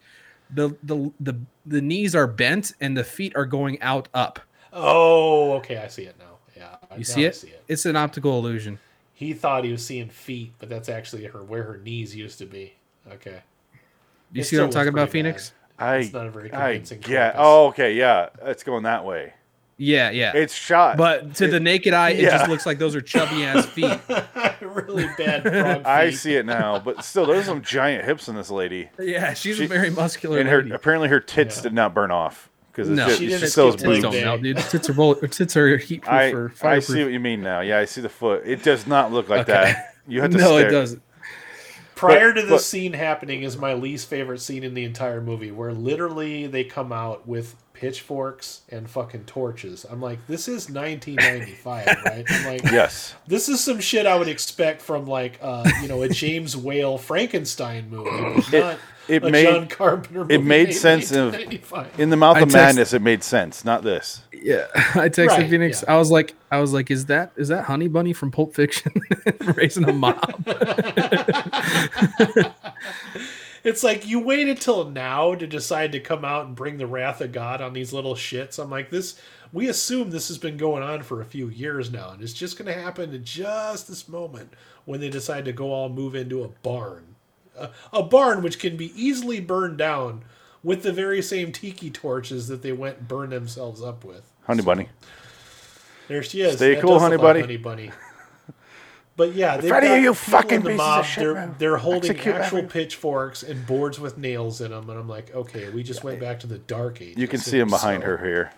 the the the the knees are bent and the feet are going out up. Oh, okay, I see it now. Yeah, I- You now see I it? It's an optical illusion. He thought he was seeing feet, but that's actually her where her knees used to be. Okay. You It see what I'm still talking looks about, pretty bad. Phoenix? I, It's not a very I convincing get. compass. Oh, okay, yeah, it's going that way. Yeah, yeah. It's shot. but to the naked eye, it yeah. just looks like those are chubby ass feet. really bad frog feet. I see it now. But still, there's some giant hips in this lady, Yeah, she's She- a very muscular and her lady. apparently her tits Yeah. did not burn off because No. it's She just, didn't it's those skip Tits Big boobs. don't day. melt, dude. Tits are bullet, tits are heat proof I, or I see fireproof. what you mean now. Yeah, I see the foot. It does not look like Okay. that. You have to no, stare. it doesn't. Prior to this but- scene happening is my least favorite scene in the entire movie, where literally they come out with pitchforks and fucking torches. I'm like, this is 1995, right? I'm like, Yes. this is some shit I would expect from like, uh, you know, a James Whale Frankenstein movie, but not it a made- John Carpenter movie. made made sense in of- 1995. In the mouth I of text- madness, it made sense. Not this. Yeah, I texted Right, Phoenix. yeah. I was like, I was like, is that is that Honey Bunny from Pulp Fiction raising a mob? It's like you waited till now to decide to come out and bring the wrath of God on these little shits. I'm like, this. We assume this has been going on for a few years now, and it's just going to happen in just this moment when they decide to go all move into a barn, a, a barn which can be easily burned down with the very same tiki torches that they went and burned themselves up with. Honey bunny. There she is. Stay That cool, does honey look like bunny. Honey bunny. But yeah, they've Freddy, got you people fucking in the pieces of mob. shit, They're man. they're holding Execute actual everyone. pitchforks and boards with nails in them, and I'm like, okay, we just went back to the dark age. You can see him behind her here.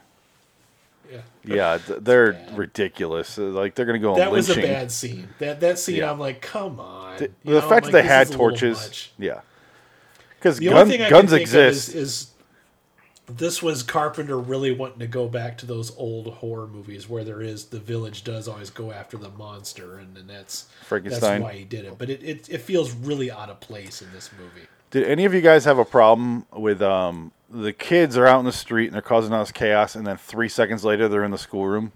Yeah. Yeah, th- they're ridiculous. Uh, Like they're gonna go on That was a lynching. bad scene. That that scene, Yeah. I'm like, come on. the You know, the fact I'm like, that they this had is a little torches. much. Yeah, because The gun, only thing I guns can think exist. Of is, is this was Carpenter really wanting to go back to those old horror movies where there is the village does always go after the monster, and, and that's Frankenstein. That's why he did it, but it, it it feels really out of place in this movie. Did any of you guys have a problem with um, the kids are out in the street and they're causing all this chaos, and then three seconds later they're in the schoolroom,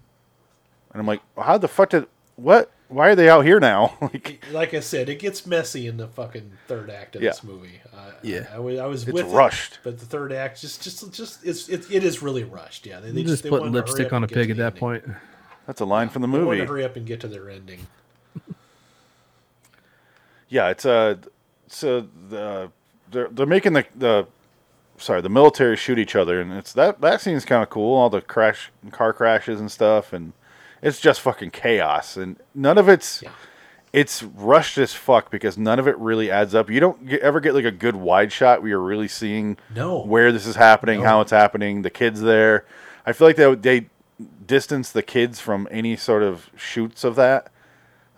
and I'm like, how the fuck did what? Why are they out here now? like, Like I said, it gets messy in the fucking third act of Yeah. this movie. Uh, I, Yeah. I, I was I was It's with it, rushed. but the third act just just just it's it, it is really rushed. Yeah, they, they They're just they putting wanted to hurry lipstick up on and get a to pig at the that ending. point. that's a line from the They wanted movie. to hurry up and get to their ending. Yeah, it's uh, so the they're they're making the the sorry the military shoot each other, and it's that that scene's kind of cool. All the crash car crashes and stuff, and it's just fucking chaos, and none of it's Yeah. it's rushed as fuck because none of it really adds up. You don't get, ever get like a good wide shot where you're really seeing No. where this is happening, how it's happening, the kids there. I feel like they they distance the kids from any sort of shoots of that.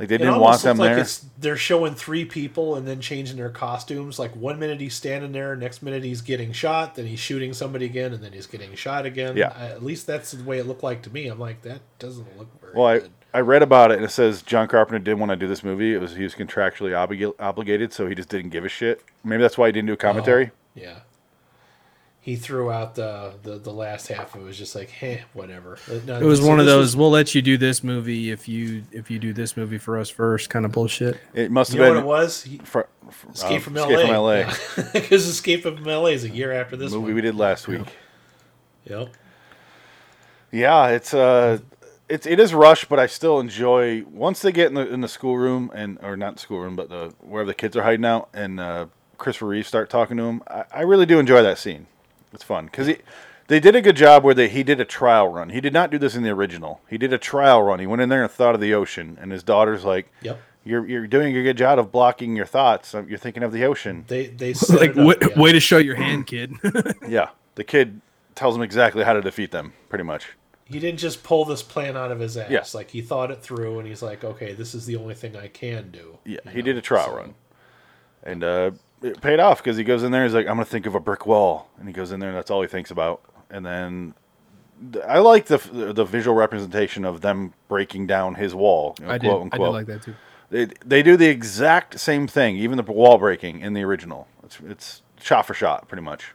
Like they It didn't want almost them looks like there. it's they're showing three people and then changing their costumes. Like one minute he's standing there, next minute he's getting shot, then he's shooting somebody again, and then he's getting shot again. Yeah. I- at least that's the way it looked like to me. I'm like, that doesn't look very Well, I, good. I read about it and it says John Carpenter didn't want to do this movie. It was he was contractually oblig- obligated, so he just didn't give a shit. Maybe that's why he didn't do a commentary. Yeah. He threw out the, the the last half. It was just like, eh, whatever. No, It was so one of this those. We'll let you do this movie if you if you do this movie for us first, kind of bullshit. It must you know have what been it was? He- fr- fr- Escape from um, LA. Escape from LA Because Escape from LA is a year after this movie one. we did last week. Yep. Yeah, it's uh, it's it is rushed, but I still enjoy once they get in the in the schoolroom and or not schoolroom, but the wherever the kids are hiding out and uh, Christopher Reeve start talking to him. I, I really do enjoy that scene. It's fun because he. They did a good job where they, he did a trial run. He did not do this in the original. He did a trial run. He went in there and thought of the ocean, and his daughter's like, Yep. "You're you're doing a good job of blocking your thoughts. You're thinking of the ocean." They they set Like, it up, wa- yeah. way to show your hand, kid. yeah, the kid tells him exactly how to defeat them, pretty much. he didn't just pull this plan out of his ass. Yeah. Like he thought it through, and he's like, "Okay, this is the only thing I can do." Yeah, you he know, did a trial so- run, and uh, it paid off because he goes in there. He's like, "I'm gonna think of a brick wall," and he goes in there, and that's all he thinks about. And then th- I like the f- the visual representation of them breaking down his wall. you know, I did. quote I did unquote. like that too. They they do the exact same thing, even the wall breaking in the original. It's it's shot for shot, pretty much.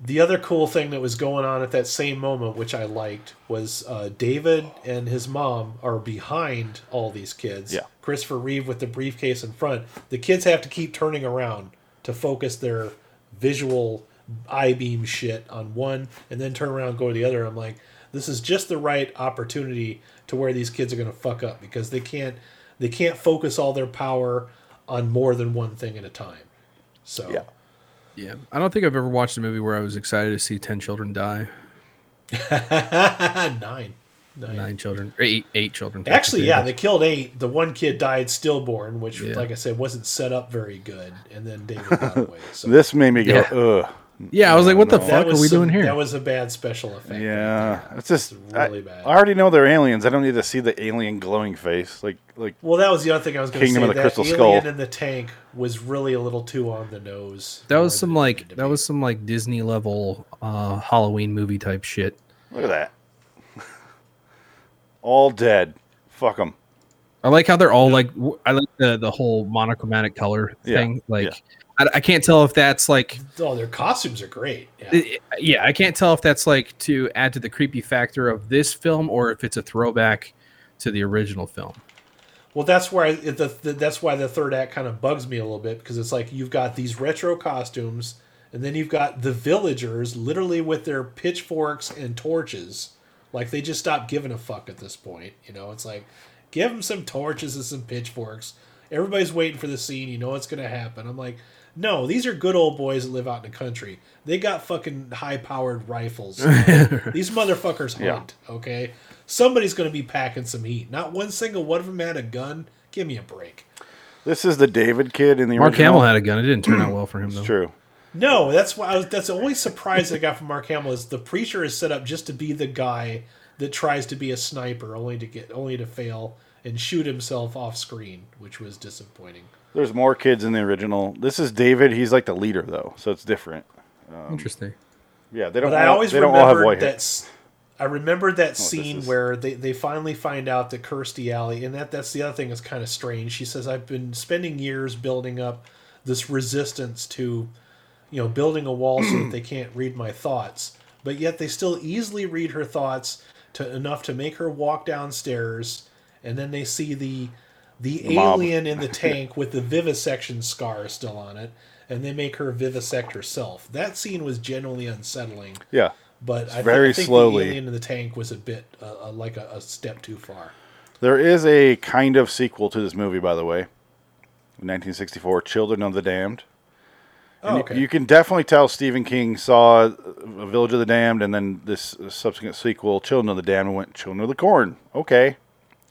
The other cool thing that was going on at that same moment, which I liked, was uh, David and his mom are behind all these kids. Yeah. Christopher Reeve with the briefcase in front. The kids have to keep turning around to focus their visual eye beam shit on one, and then turn around and go to the other. I'm like, This is just the right opportunity to where these kids are going to fuck up because they can't they can't focus all their power on more than one thing at a time. So Yeah. Yeah, I don't think I've ever watched a movie where I was excited to see ten children die, nine. Nine. nine children, or eight, eight children. Actually, yeah, technically. they killed eight. The one kid died stillborn, which, Yeah. like I said, wasn't set up very good. And then David got away. So This made me go, ugh. yeah. I was like, what the That fuck are was we some- doing here? That was a bad special effect. Yeah, it's just really I, bad. I already know they're aliens. I don't need to see the alien glowing face. Like, like Well, that was the other thing I was going to say. Kingdom of the that Crystal Alien Skull. in the tank was really a little too on the nose. that more was than some it like needed to that be. was some like Disney level uh, Halloween movie type shit. look at that. All dead. Fuck them. I like how they're all like w- I like the the whole monochromatic color Yeah, thing. Like, yeah. I, I can't tell if that's like Oh, their costumes are great. Yeah. I- I- yeah, I can't tell if that's like to add to the creepy factor of this film or if it's a throwback to the original film. Well, that's where I, the, the, that's why the third act kind of bugs me a little bit because it's like you've got these retro costumes, and then you've got the villagers literally with their pitchforks and torches, like they just stopped giving a fuck at this point. You know, it's like give them some torches and some pitchforks. Everybody's waiting for the scene. You know what's gonna happen. I'm like, no, these are good old boys that live out in the country. They got fucking high powered rifles. These motherfuckers Yeah. hunt, okay? Somebody's going to be packing some heat. Not one single one of them had a gun. Give me a break. This is the David kid in the Mark original. Hamill had a gun. It didn't turn out well for him though. True. No, that's why I was, that's the only surprise I got from Mark Hamill is the preacher is set up just to be the guy that tries to be a sniper only to get only to fail and shoot himself off screen, which was disappointing. There's more kids in the original. This is David. He's like the leader though, so it's different. Interesting. Yeah, they don't. But I all, always they don't all have remembered white hair. Oh, that. s- I remembered that scene is- where they, they finally find out that Kirstie Alley, and that that's the other thing that's kind of strange. She says, "I've been spending years building up this resistance to, you know, building a wall so that they can't read my thoughts, but yet they still easily read her thoughts to enough to make her walk downstairs, and then they see the the, mob. alien in the tank with the vivisection scar still on it." And they make her vivisect herself. That scene was genuinely unsettling Yeah, but I, thi- very I think slowly. the alien in the tank was a bit uh, uh, like a, a step too far. there is a kind of sequel to this movie, by the way. 1964, Children of the Damned. Oh, okay. You can definitely tell Stephen King saw A Village of the Damned and then this uh, subsequent sequel, Children of the Damned, and went Children of the Corn. Okay.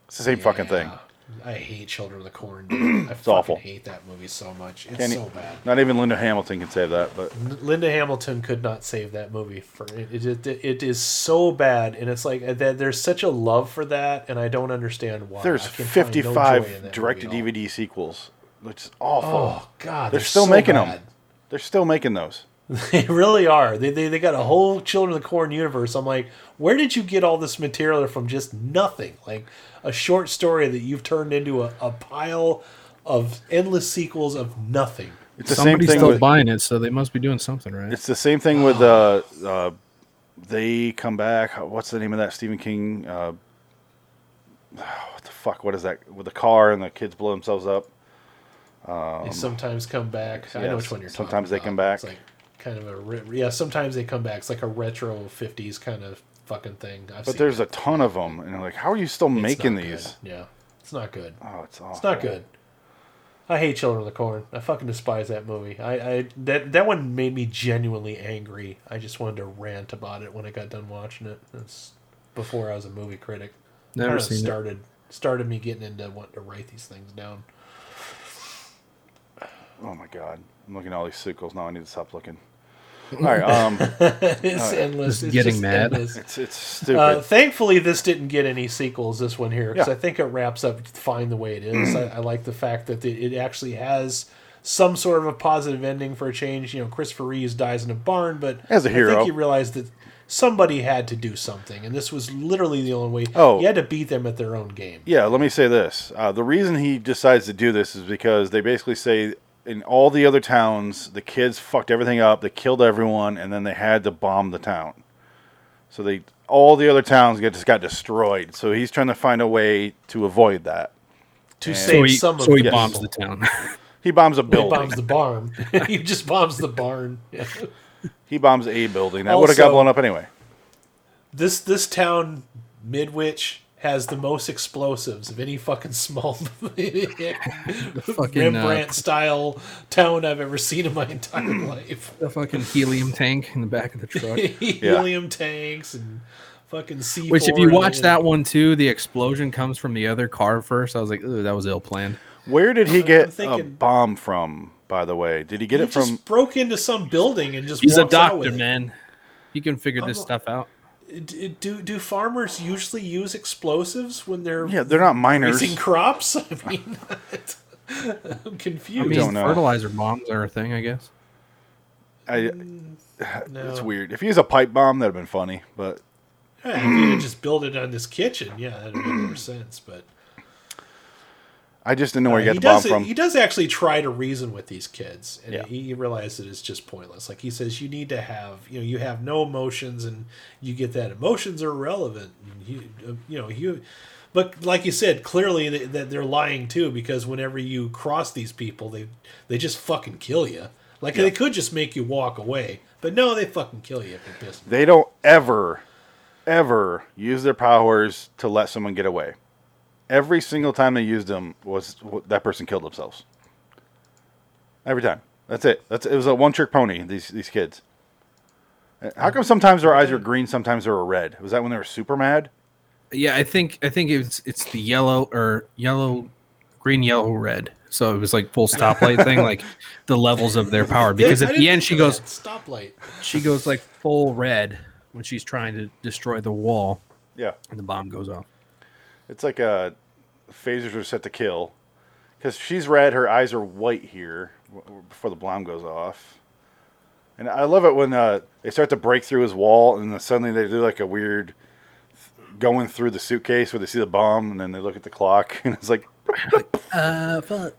It's the same fucking thing. Yeah. I hate Children of the Corn. dude. I fucking awful. hate that movie so much. It's Can't e- so bad. Not even Linda Hamilton can save that, but N- Linda Hamilton could not save that movie for it. It, it, it is so bad, and it's like uh, that. There's such a love for that, and I don't understand why. I there's can find no joy 55 in that direct to movie at all. DVD sequels, which is awful. Oh God, they're, still so making bad. them. They're still making those. They really are. They, they they got a whole Children of the Corn universe. I'm like, where did you get all this material from just nothing? Like a short story that you've turned into a, a pile of endless sequels of nothing. It's the Somebody's same thing still with, buying it, so they must be doing something right. It's the same thing with Oh. uh, uh, they come back. What's the name of that Stephen King? Uh, what the fuck? What is that? With the car and the kids blow themselves up. they sometimes come back. I know yes, which one you're talking sometimes they about. come back. It's like kind of a re- yeah. Sometimes they come back. It's like a retro '50s kind of fucking thing. I've But seen there's it. a ton of them, and you're like, how are you still It's making not good. these? Yeah, it's not good. Oh, it's awful. It's not good. I hate Children of the Corn. I fucking despise that movie. I, I that that one made me genuinely angry. I just wanted to rant about it when I got done watching it. That's before I was a movie critic. Never Kinda seen it. started started me getting into wanting to write these things down. Oh my god, I'm looking at all these sequels now. I need to stop looking. All right, um, it's endless. Just it's getting just mad. endless. it's it's stupid. Uh, thankfully, this didn't get any sequels. This one here, because Yeah. I think it wraps up fine the way it is. I, I like the fact that the, it actually has some sort of a positive ending for a change. You know, Christopher Reeves dies in a barn, but As a I hero. think he realized that somebody had to do something, and this was literally the only way. Oh. you had to beat them at their own game. Yeah, let me say this. Uh, the reason he decides to do this is because they basically say in all the other towns, the kids fucked everything up, they killed everyone, and then they had to bomb the town. So they all the other towns get, just got destroyed. So he's trying to find a way to avoid that. To so save he, some so of he them. bombs the town. He bombs a building. He bombs the barn. he just bombs the barn. he bombs a building. That would have got Also- blown up anyway. this this town Midwich has the most explosives of any fucking small fucking, uh, Rembrandt style town I've ever seen in my entire life. The fucking helium tank in the back of the truck. Helium tanks and fucking sea. Which, if you watch that one too, the explosion comes from the other car first. I was like, "Ooh, that was ill planned." Where did he get a thinking- bomb from? By the way, did he get he it from? just broke into some building and just He's a walks out with doctor, it. man. He can figure this I'm- stuff out. D- Do do farmers usually use explosives when they're Yeah, they're not miners. raising crops? I mean, I'm confused. I mean, don't know. fertilizer bombs are a thing, I guess. I, no. it's weird. If he was a pipe bomb, that'd have been funny. But Yeah, if you could just build it on this kitchen, yeah, that'd make more sense. But I just didn't know where he Uh, he got the bomb does from. he does actually try to reason with these kids, and Yeah. he realizes it's just pointless. Like he says, you need to have you know you have no emotions, and you get that emotions are irrelevant. And you uh, you know you, but like you said, clearly that, that they're lying too because whenever you cross these people, they they just fucking kill you. Like they could just make you walk away, but no, they fucking kill you if you're pissed. They don't ever, ever use their powers to let someone get away. Every single time they used them was that person killed themselves. Every time. That's it. That's it was a one trick pony. These these kids. Uh, How come sometimes their eyes were green, sometimes they were red? Was that when they were super mad? Yeah, I think I think it's it's the yellow or yellow, green, yellow, red. So it was like full stoplight thing, like the levels of their power. Because I at the didn't end, she think of goes, that. stoplight. she goes like full red when she's trying to destroy the wall, Yeah. and the bomb goes off. It's like uh, phasers are set to kill. Because she's red, her eyes are white here w- w- before the bomb goes off. And I love it when uh, they start to break through his wall, and then suddenly they do like a weird th- going through the suitcase where they see the bomb, and then they look at the clock, and it's like, Uh, fuck.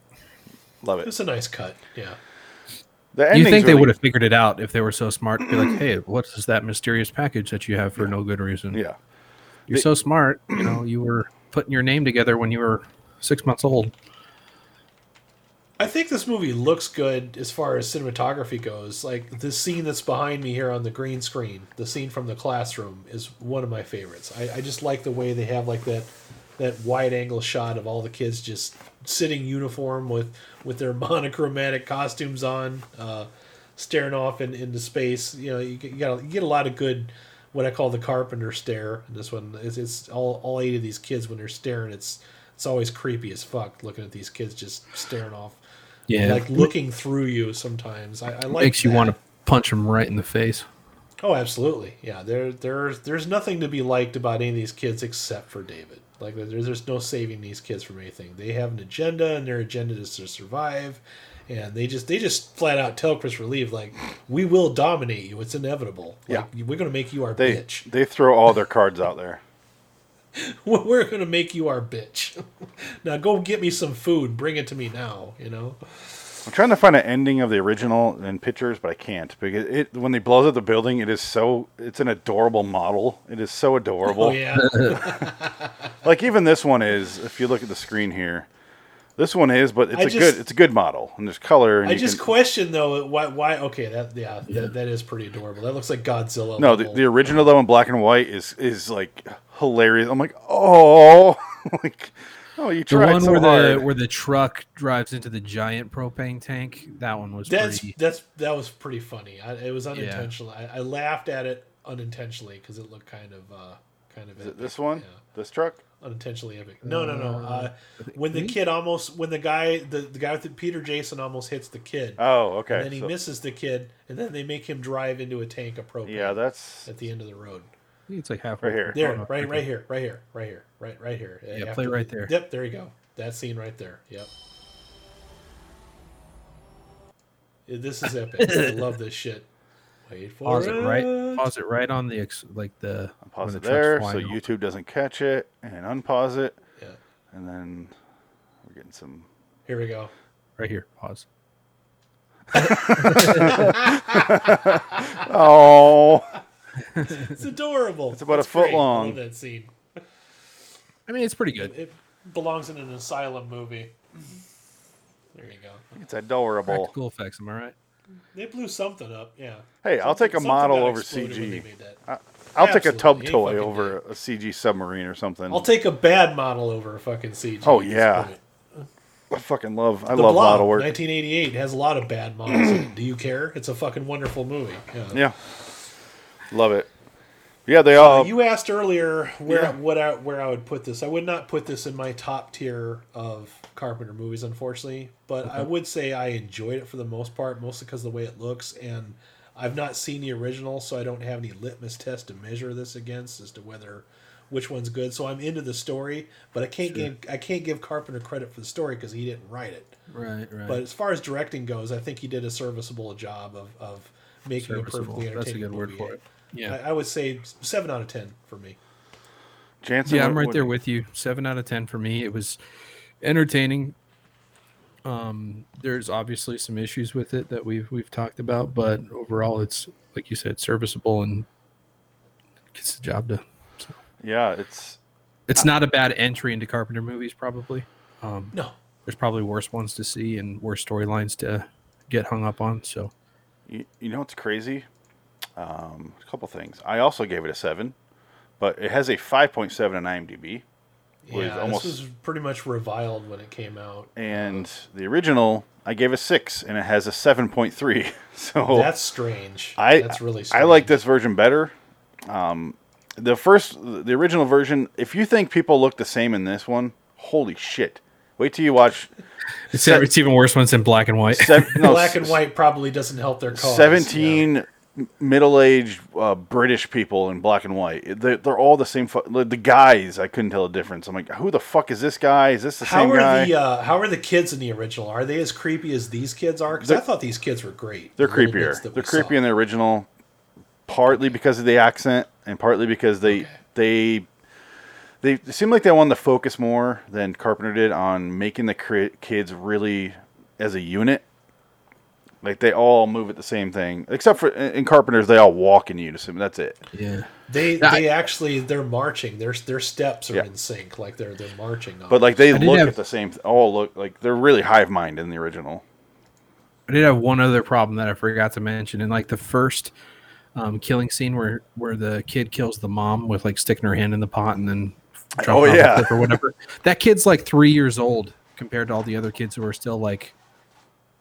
love it. It's a nice cut. Yeah. The You ending's think they really- would have figured it out if they were so smart? Be like, hey, what is that mysterious package that you have for no good reason? Yeah. You're so smart. You know, you were putting your name together when you were six months old. I think this movie looks good as far as cinematography goes. Like the scene that's behind me here on the green screen, the scene from the classroom is one of my favorites. I, I just like the way they have like that that wide angle shot of all the kids just sitting uniform with with their monochromatic costumes on, uh, staring off in, into space. You know, you, get- you got you get a lot of good what I call the carpenter stare. in this one it's, it's all all eight of these kids when they're staring. It's it's always creepy as fuck looking at these kids just staring off Yeah, like looking through you sometimes. I, I like makes you that. want to punch him right in the face. Oh, absolutely. Yeah, there, there, there's nothing to be liked about any of these kids except for David. Like, there's, there's no saving these kids from anything. They have an agenda, and their agenda is to survive. And they just, they just flat out tell Christopher Reeve, like, "We will dominate you. It's inevitable. Like, we're gonna make you our They, bitch. they throw all their cards out there. We're gonna make you our bitch. now go get me some food. Bring it to me now. You know." Oh, I'm trying to find an ending of the original in pictures, but I can't because it when they blows up the building, it is so it's an adorable model. It is so adorable. Oh yeah. like even this one is if you look at the screen here this one is but it's I a just- good it's a good model and there's color and I you just can- question though why why okay that yeah, That, that is pretty adorable that looks like Godzilla no the, level. the original though in black and white is is like hilarious i'm like oh like oh you The tried one so where hard the where the truck drives into the giant propane tank. That one was that's pretty. that's that was pretty funny I, it was unintentional I, I laughed at it unintentionally because it looked kind of uh kind of epic. this one yeah, this truck unintentionally epic no no no uh, when the kid almost when the guy the, the guy with the Peter Jason almost hits the kid oh and okay then he so- misses the kid and then they make him drive into a tank of propane yeah that's at the end of the road I think It's like halfway Right here. There, Oh, right, okay. right here, right here, right here, right, right here. Yeah, After play the- right there. Yep, there you go. That scene right there. Yep. Yeah, This is epic. I love this shit. Wait for Pause it. it right. Pause it right on the ex, like the when pause the it truck's there flying so over. youtube doesn't catch it and unpause it Yeah. and then we're getting some Here we go. right here. Pause. oh It's adorable. It's about a foot long. I love that scene. I mean, it's pretty good. It belongs in an asylum movie. There you go. it's adorable Practical effects. Am I right? They blew something up. Yeah. Hey, I'll take a Something model got over exploded when they CG. made that. I'll take a tub Absolutely. He toy fucking over a CG submarine or something. I'll take a bad model over a fucking CG. Oh, at this yeah. point. I fucking love. I The love a lot Blob, of work. 1988 has a lot of bad models. in it. Do you care? It's a fucking wonderful movie. Yeah. Yeah, love it. Yeah, they all. You asked earlier where Uh, Yeah. what I, where I would put this. I would not put this in my top tier of Carpenter movies, unfortunately. But I would say I enjoyed it for the most part, mostly because of the way it looks, and I've not seen the original, so I don't have any litmus test to measure this against as to whether which one's good. So I'm into the story, but I can't give I can't give Carpenter credit for the story because he didn't write it. Right, right. But as far as directing goes, I think he did a serviceable job of, of making a Serviceable. perfectly entertaining That's a good word movie. for it. Yeah. I, I would say seven out of ten for me. Jansen, yeah, what- I'm right what- there with you. Seven out of ten for me. It was entertaining. Um, there's obviously some issues with it that we've we've talked about, but overall, it's like you said, serviceable and gets the job done. Yeah, it's It's not a bad entry into Carpenter movies. Probably No, there's probably worse ones to see and worse storylines to get hung up on. So you, you know what's crazy? Um, a couple things. I also gave it a seven, but it has a five point seven on IMDb, was yeah, almost- this was pretty much reviled when it came out. and the original I gave a six, and it has a seven point three. So That's strange. I that's really. I Strange. like this version better. Um, the first, the original version. If you think people look the same in this one, holy shit! Wait till you watch it's, uh, it's even worse when it's in black and white. seven, no, black and s- white probably doesn't help their cause. yeah. 17 m middle-aged uh, British people in black and white. They're, they're all the same. Fu- like, the guys, I couldn't tell the difference. I'm like, who the fuck is this guy? Is this the How same are guy? the uh, how are the kids in the original? Are they as creepy as these kids are? Because I thought these kids were great. they're the little bits creepier. that we They're creepy saw. in the original, partly because of the accent and partly because they they. They it seemed like they wanted to focus more than Carpenter did on making the cri- kids really as a unit. Like they all move at the same thing, except for in in Carpenter's, they all walk in unison. That's it. yeah. They I- they actually they're marching. Their their steps are Yeah. in sync. Like they're they're marching. On. But like they did look have- at the same. All look like they're really hive mind in the original. I did have one other problem that I forgot to mention. In like the first um, killing scene where where the kid kills the mom with like sticking her hand in the pot and then Oh, dropping off yeah. a cliff or whatever. that kid's like three years old compared to all the other kids who are still like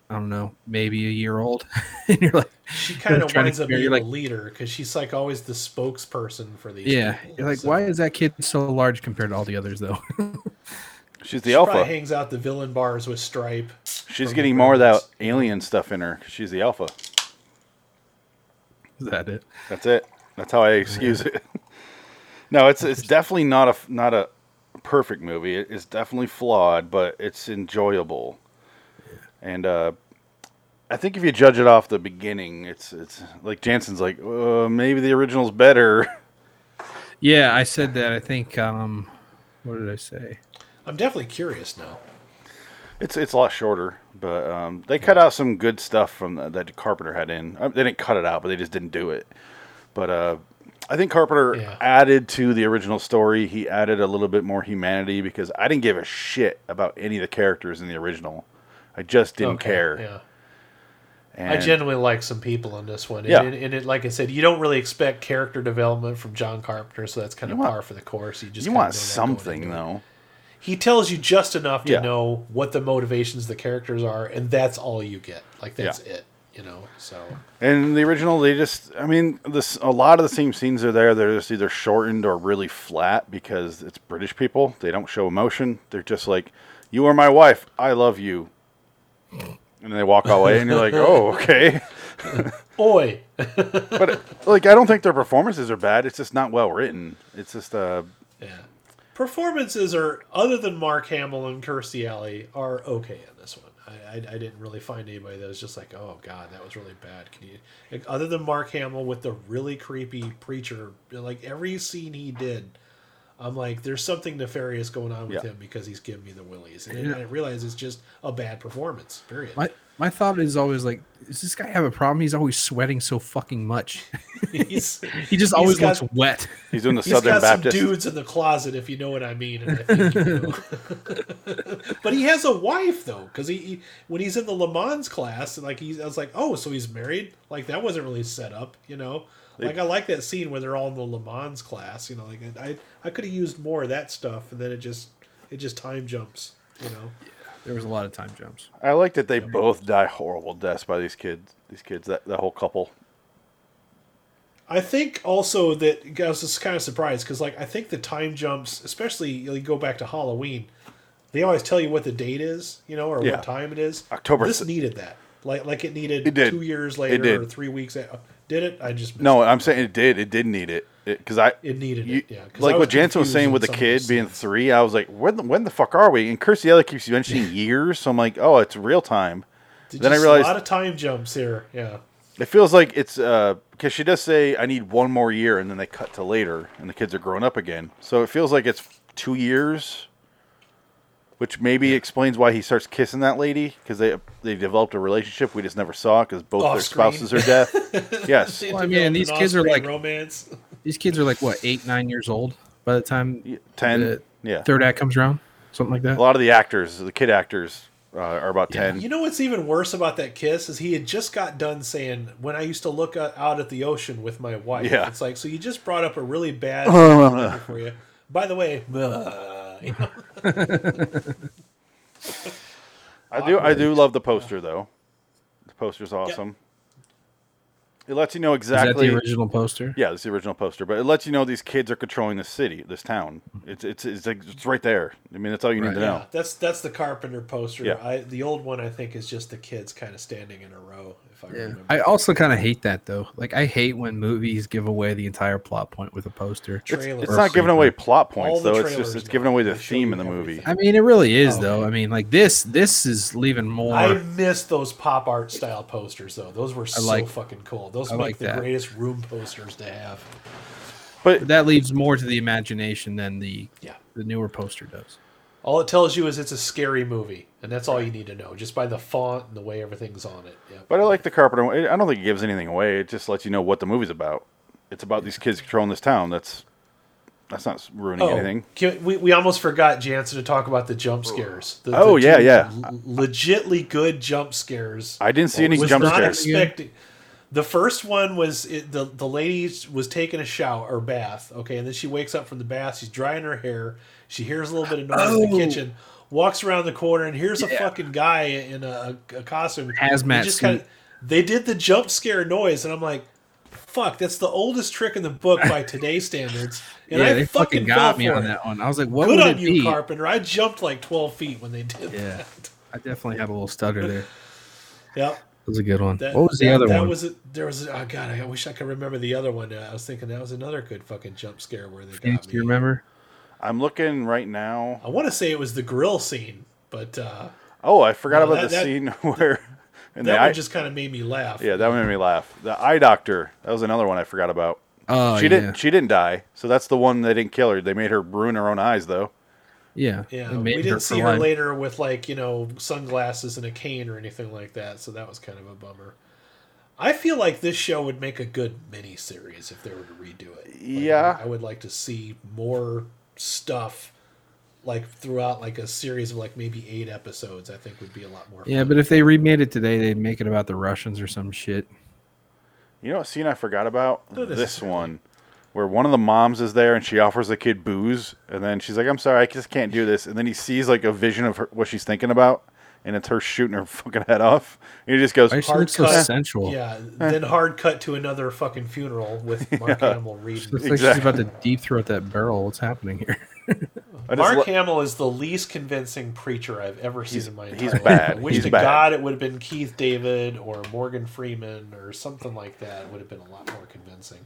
I don't know, maybe a year old. and you're like, she kind of trying to winds up compare, being you're a like- leader because she's like always the spokesperson for these. yeah. people, You're like, so- why is that kid so large compared to all the others though? She's the She alpha. probably hangs out the villain bars with Stripe. She's from getting the more of that Gremlins. alien stuff in her 'cause she's the alpha. is that it? That's it. That's how I excuse it. no, it's it's definitely not a not a perfect movie. It is definitely flawed, but it's enjoyable. And uh, I think if you judge it off the beginning, it's it's like Jansen's like uh, maybe the original's better. Yeah, I said that. I think um what did I say? I'm definitely curious now. It's it's a lot shorter, but um, they cut out some good stuff from the, that Carpenter had in. Uh, They didn't cut it out, but they just didn't do it. But uh, I think Carpenter Yeah. added to the original story. He added a little bit more humanity because I didn't give a shit about any of the characters in the original. I just didn't Okay, care. Yeah. And I genuinely like some people in this one. Yeah. And, and it, like I said, you don't really expect character development from John Carpenter, so that's kind of You want- par for the course. You just you kinda want know that going something into it. though. He tells you just enough to Yeah. know what the motivations of the characters are, and that's all you get. Like that's it. You know. So And the original, they just, I mean, this a lot of the same scenes are there. They're just either shortened or really flat because it's British people. They don't show emotion. They're just like, "You are my wife. I love you," and they walk away, and you're like, "Oh, okay." boy, But like, I don't think their performances are bad. It's just not well written. It's just uh, yeah. Performances are other than Mark Hamill and Kirstie Alley are okay in this one. I, I, I didn't really find anybody that was just like, oh god, that was really bad. Can you, like, other than Mark Hamill with the really creepy preacher, like every scene he did, I'm like, there's something nefarious going on with Yeah. him because he's giving me the willies, and, I realize it's just a bad performance. Period. My my thought is always like, does this guy have a problem? He's always sweating so fucking much. He's He He's just always got- looks wet. He's doing the He's Southern got Baptist. some dudes in the closet, if you know what I mean. and I think you do. but he has a wife though, because he, he- when he's in the Le Mans class, like he's, I was like, oh, so he's married? Like that wasn't really set up, you know. Like I like that scene where they're all in the Le Mans class, you know. Like I, I could have used more of that stuff, and then it just, it just time jumps, you know. There was a lot of time jumps. I like that they both die horrible deaths by these kids. These kids, that, that whole couple. I think also that I was just kind of surprised because, like, I think the time jumps, especially you, know, you go back to Halloween, they always tell you what the date is, you know, or Yeah. what time it is. October This s- needed that, like, like it needed It did. two years later did. or three weeks. a- Did it? I just missed No, it. I'm saying it did. It did need it. Because I, It needed you- it. Yeah, 'cause I like was what Jansen was confused saying with the some of those kid being scenes. three, I was like, when the, when the fuck are we? And Curciella keeps mentioning years, so I'm like, oh, it's real time. Did then I just realized- a lot of time jumps here. Yeah, It feels like it's because she does say, I need one more year, and then they cut to later, and the kids are grown up again. So it feels like it's two years, which maybe explains why he starts kissing that lady because they they developed a relationship we just never saw because both Off their screen. spouses are dead. yes, They Well, I developed mean, an these kids are off-screen like- romance. These kids are like what eight, nine years old by the time ten. the yeah, third act comes around, something like that. a lot of the actors, the kid actors, uh, are about ten. You know what's even worse about that kiss is he had just got done saying, "When I used to look o- out at the ocean with my wife." Yeah. It's like so you just brought up a really bad Uh-huh. for you. By the way, uh, you know, I do. I do love the poster though. The poster's awesome. It lets you know exactly. Is that the original poster? Yeah, it's the original poster, but it lets you know these kids are controlling this city, this town. It's it's it's, like, it's right there. I mean, that's all you need Right. to yeah, know. that's that's the Carpenter poster. Yeah. I, the old one I think is just the kids kind of standing in a row. If I remember, I uh, also kind of hate that though. Like I hate when movies give away the entire plot point with a poster. Trailer. It's not giving away plot points All the though. It's just trailers it's now. giving away the They show theme you in the movie. everything. I mean, it really is though. Okay. I mean, like this this is leaving more. Oh. I miss those pop art style posters though. Those were so like- fucking cool. Those I make like the that. greatest room posters to have. But that leaves more to the imagination than the Yeah. the newer poster does. All it tells you is it's a scary movie, and that's all you need to know, just by the font and the way everything's on it. Yeah. but I like the Carpenter. one. I don't think it gives anything away. It just lets you know what the movie's about. It's about these kids controlling this town. That's that's not ruining Oh. anything. Can, we, we almost forgot Jansen to talk about the jump scares. The, Oh, the yeah, two yeah. l- legitly good jump scares. I didn't see any was jump not scares. expecting. The first one was it, the the lady was taking a shower or bath, okay, and then she wakes up from the bath. She's drying her hair. She hears a little bit of noise in Oh. the kitchen. Walks around the corner and here's a fucking guy in a, a costume. Hazmat He kinda- suit. they did the jump scare noise, and I'm like, "Fuck, that's the oldest trick in the book by today's standards." And yeah, I they fucking, fucking got fell me for on it. that one. I was like, what Good would on it you, be? Carpenter. I jumped like 12 feet when they did Yeah. that. I definitely had a little stutter there. Yep. That was a good one. That, what was the that- other that one? Was a, there was a, oh god, I wish I could remember the other one. I was thinking that was another good fucking jump scare where they Do got me. you remember? I'm looking right now. I want to say it was the grill scene, but uh, Oh, I forgot No, about that- the that- scene where and that the eye, one just kind of made me laugh. yeah, that one made me laugh. The eye doctor. That was another one I forgot about. Oh, she yeah. didn't. She didn't die. So that's the one they didn't kill her. They made her ruin her own eyes, though. Yeah. Yeah, They we made didn't see for her life. later with like you know sunglasses and a cane or anything like that, so that was kind of a bummer. I feel like this show would make a good mini series if they were to redo it. Like, Yeah. I would like to see more stuff like throughout like a series of like maybe eight episodes. I think would be a lot more. Yeah, but if they remade it today, they'd make it about the Russians or some shit. You know what scene I forgot about? Not this necessarily. one, where one of the moms is there and she offers the kid booze, and then she's like, "I'm sorry, I just can't do this." And then he sees like a vision of her, what she's thinking about, and it's her shooting her fucking head off. And he just goes, Why does she Hard look so cut. sensual? Yeah, then hard cut to another fucking funeral with Mark Hamill reading. Looks like she's about to deep throat that barrel. What's happening here? I just Mark lo- Hamill is the least convincing preacher I've ever seen in my entire he's life. bad. I wish He's to bad. God it would have been Keith David or Morgan Freeman or something like that. It would have been a lot more convincing.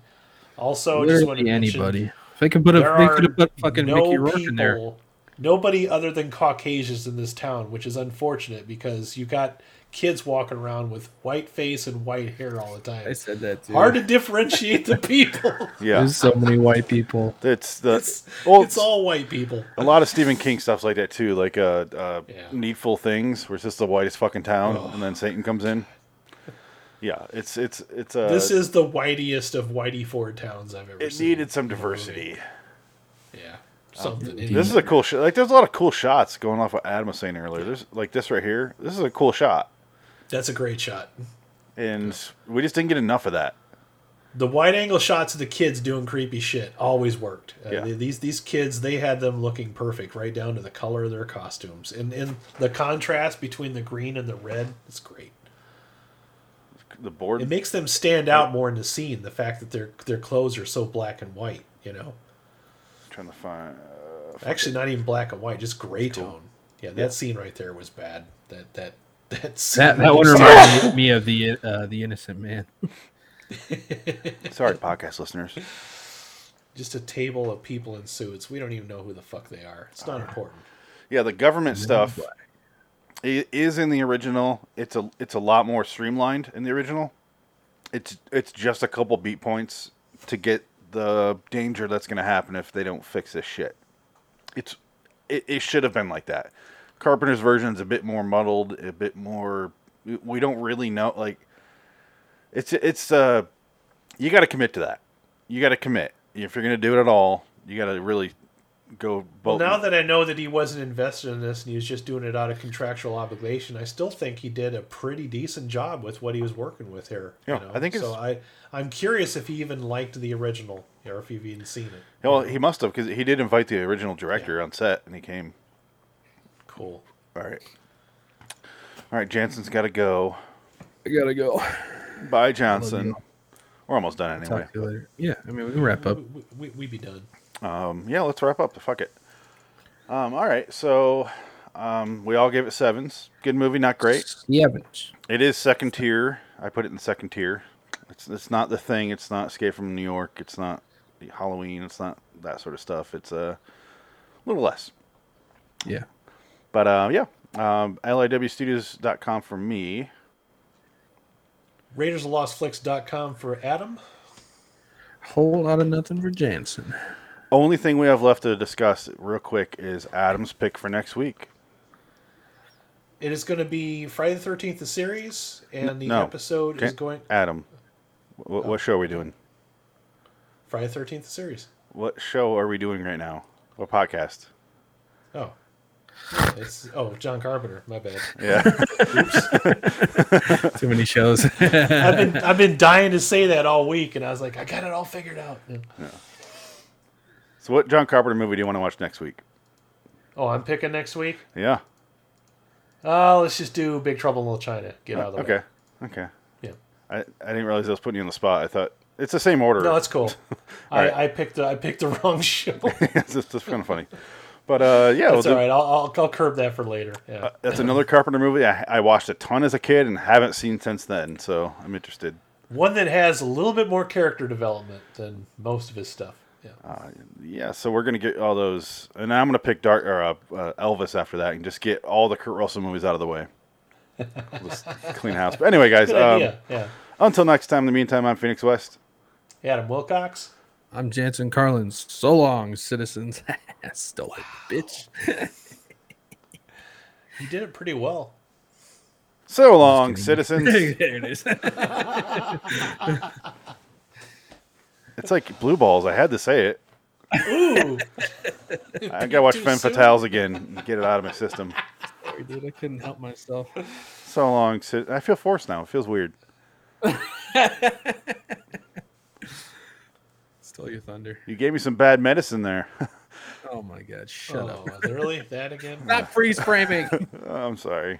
Also, Oh, I just wanted Literally to mention, anybody. If they could put a, there they are could have put fucking no Mickey Rourke people, in there. Nobody other than Caucasians in this town, which is unfortunate because you got kids walking around with white face and white hair all the time. I said that too. Hard to differentiate the people. Yeah, There's so many white people. it's the It's, well, it's all white people. a lot of Stephen King stuff's like that too, like uh, uh Yeah. Oh. Needful Things, where it's just the whitest fucking town, and then Satan comes in. Yeah, it's it's it's uh, This is the whiteiest of whitey Ford towns I've ever it seen. needed some diversity. Yeah. Something. in This it. is a cool shot. Like, there's a lot of cool shots going off what Adam was saying earlier. There's like this right here. This is a cool shot, That's a great shot. and we just didn't get enough of that. The wide angle shots of the kids doing creepy shit always worked. Uh, Yeah. th- These these kids, they had them looking perfect, right down to the color of their costumes, and and the contrast between the green and the red is great. The board. It makes them stand out more in the scene. The fact that their their clothes are so black and white, you know, trying to find. actually not even black and white, just gray tone. Yeah, that scene right there was bad. That that that scene That, that right one there- reminded me of the uh, the innocent man. Sorry, podcast listeners. just a table of people in suits. We don't even know who the fuck they are. It's not important. Yeah, the government stuff i- is in the original. It's a it's a lot more streamlined in the original. It's it's just a couple beat points to get the danger that's going to happen if they don't fix this shit. It's it, it should have been like that. Carpenter's version's a bit more muddled, a bit more. we- We don't really know. Like it's it's uh, you got to commit to that. You got to commit if you're going to do it at all. You got to really go. Well, both. now that I know that he wasn't invested in this and he was just doing it out of contractual obligation, I still think he did a pretty decent job with what he was working with here. Yeah, I think so. it's- I I'm curious if he even liked the original or if you've even seen it. Well, he must have because he did invite the original director on set, and he came. Cool. All right, all right. Jansen's got to go. I gotta go. Bye, Johnson. We're almost done anyway. Talk to you later. Yeah, I mean we can wrap up. We, we, we be done. Um, yeah, let's wrap up. Fuck it. Um, all right, so um, we all gave it sevens. Good movie, not great. Yeah, but It is second tier. I put it in second tier. It's it's not the thing. It's not Escape from New York. It's not Halloween. It's not that sort of stuff. It's a little less. yeah. But uh, yeah, um, liwstudios.com for me. RaidersOfLostFlix.com for Adam. Whole lot of nothing for Jansen. Only thing we have left to discuss real quick is Adam's pick for next week. It is going to be Friday the Thirteenth, the series, and the no. episode is Okay. going Adam, what, Oh. what show are we doing? Friday the Thirteenth, the series. What show are we doing right now? What podcast? Oh, it's oh John Carpenter. My bad. Yeah, Too many shows. I've been I've been dying to say that all week, and I was like, I got it all figured out. so what John Carpenter movie do you want to watch next week? Oh, I'm picking next week. Yeah. Oh, let's just do Big Trouble in Little China. Get out of the Okay. way. Okay. Yeah. I, I didn't realize I was putting you on the spot. I thought it's the same order. No, it's cool. I, right. I picked the, I picked the wrong show. That's it's just, kind of funny. But uh, yeah, we'll do- Uh, all right. I'll, I'll I'll curb that for later. Yeah. that's another Carpenter movie I, I watched a ton as a kid and haven't seen since then. So I'm interested. One that has a little bit more character development than most of his stuff. Yeah. Yeah, so we're gonna get all those, and I'm gonna pick Dark or uh, uh, Elvis after that, and just get all the Kurt Russell movies out of the way. Just clean house. But anyway, guys, Good um, idea. Yeah. until next time. In the meantime, I'm Phoenix West. Adam Wilcox. I'm Jansen Carlin. So long, citizens. Stole it, bitch. He did it pretty well. So long, citizens. there it is. it's like blue balls. I had to say it. Ooh. I gotta watch Too Femme soon. Fatales again and get it out of my system. Sorry, dude. I couldn't help myself. So long, cit- I feel forced now. It feels weird. Stole your thunder. You gave me some bad medicine there. Oh my god. Shut up. oh, really? That again? Not freeze framing. I'm sorry.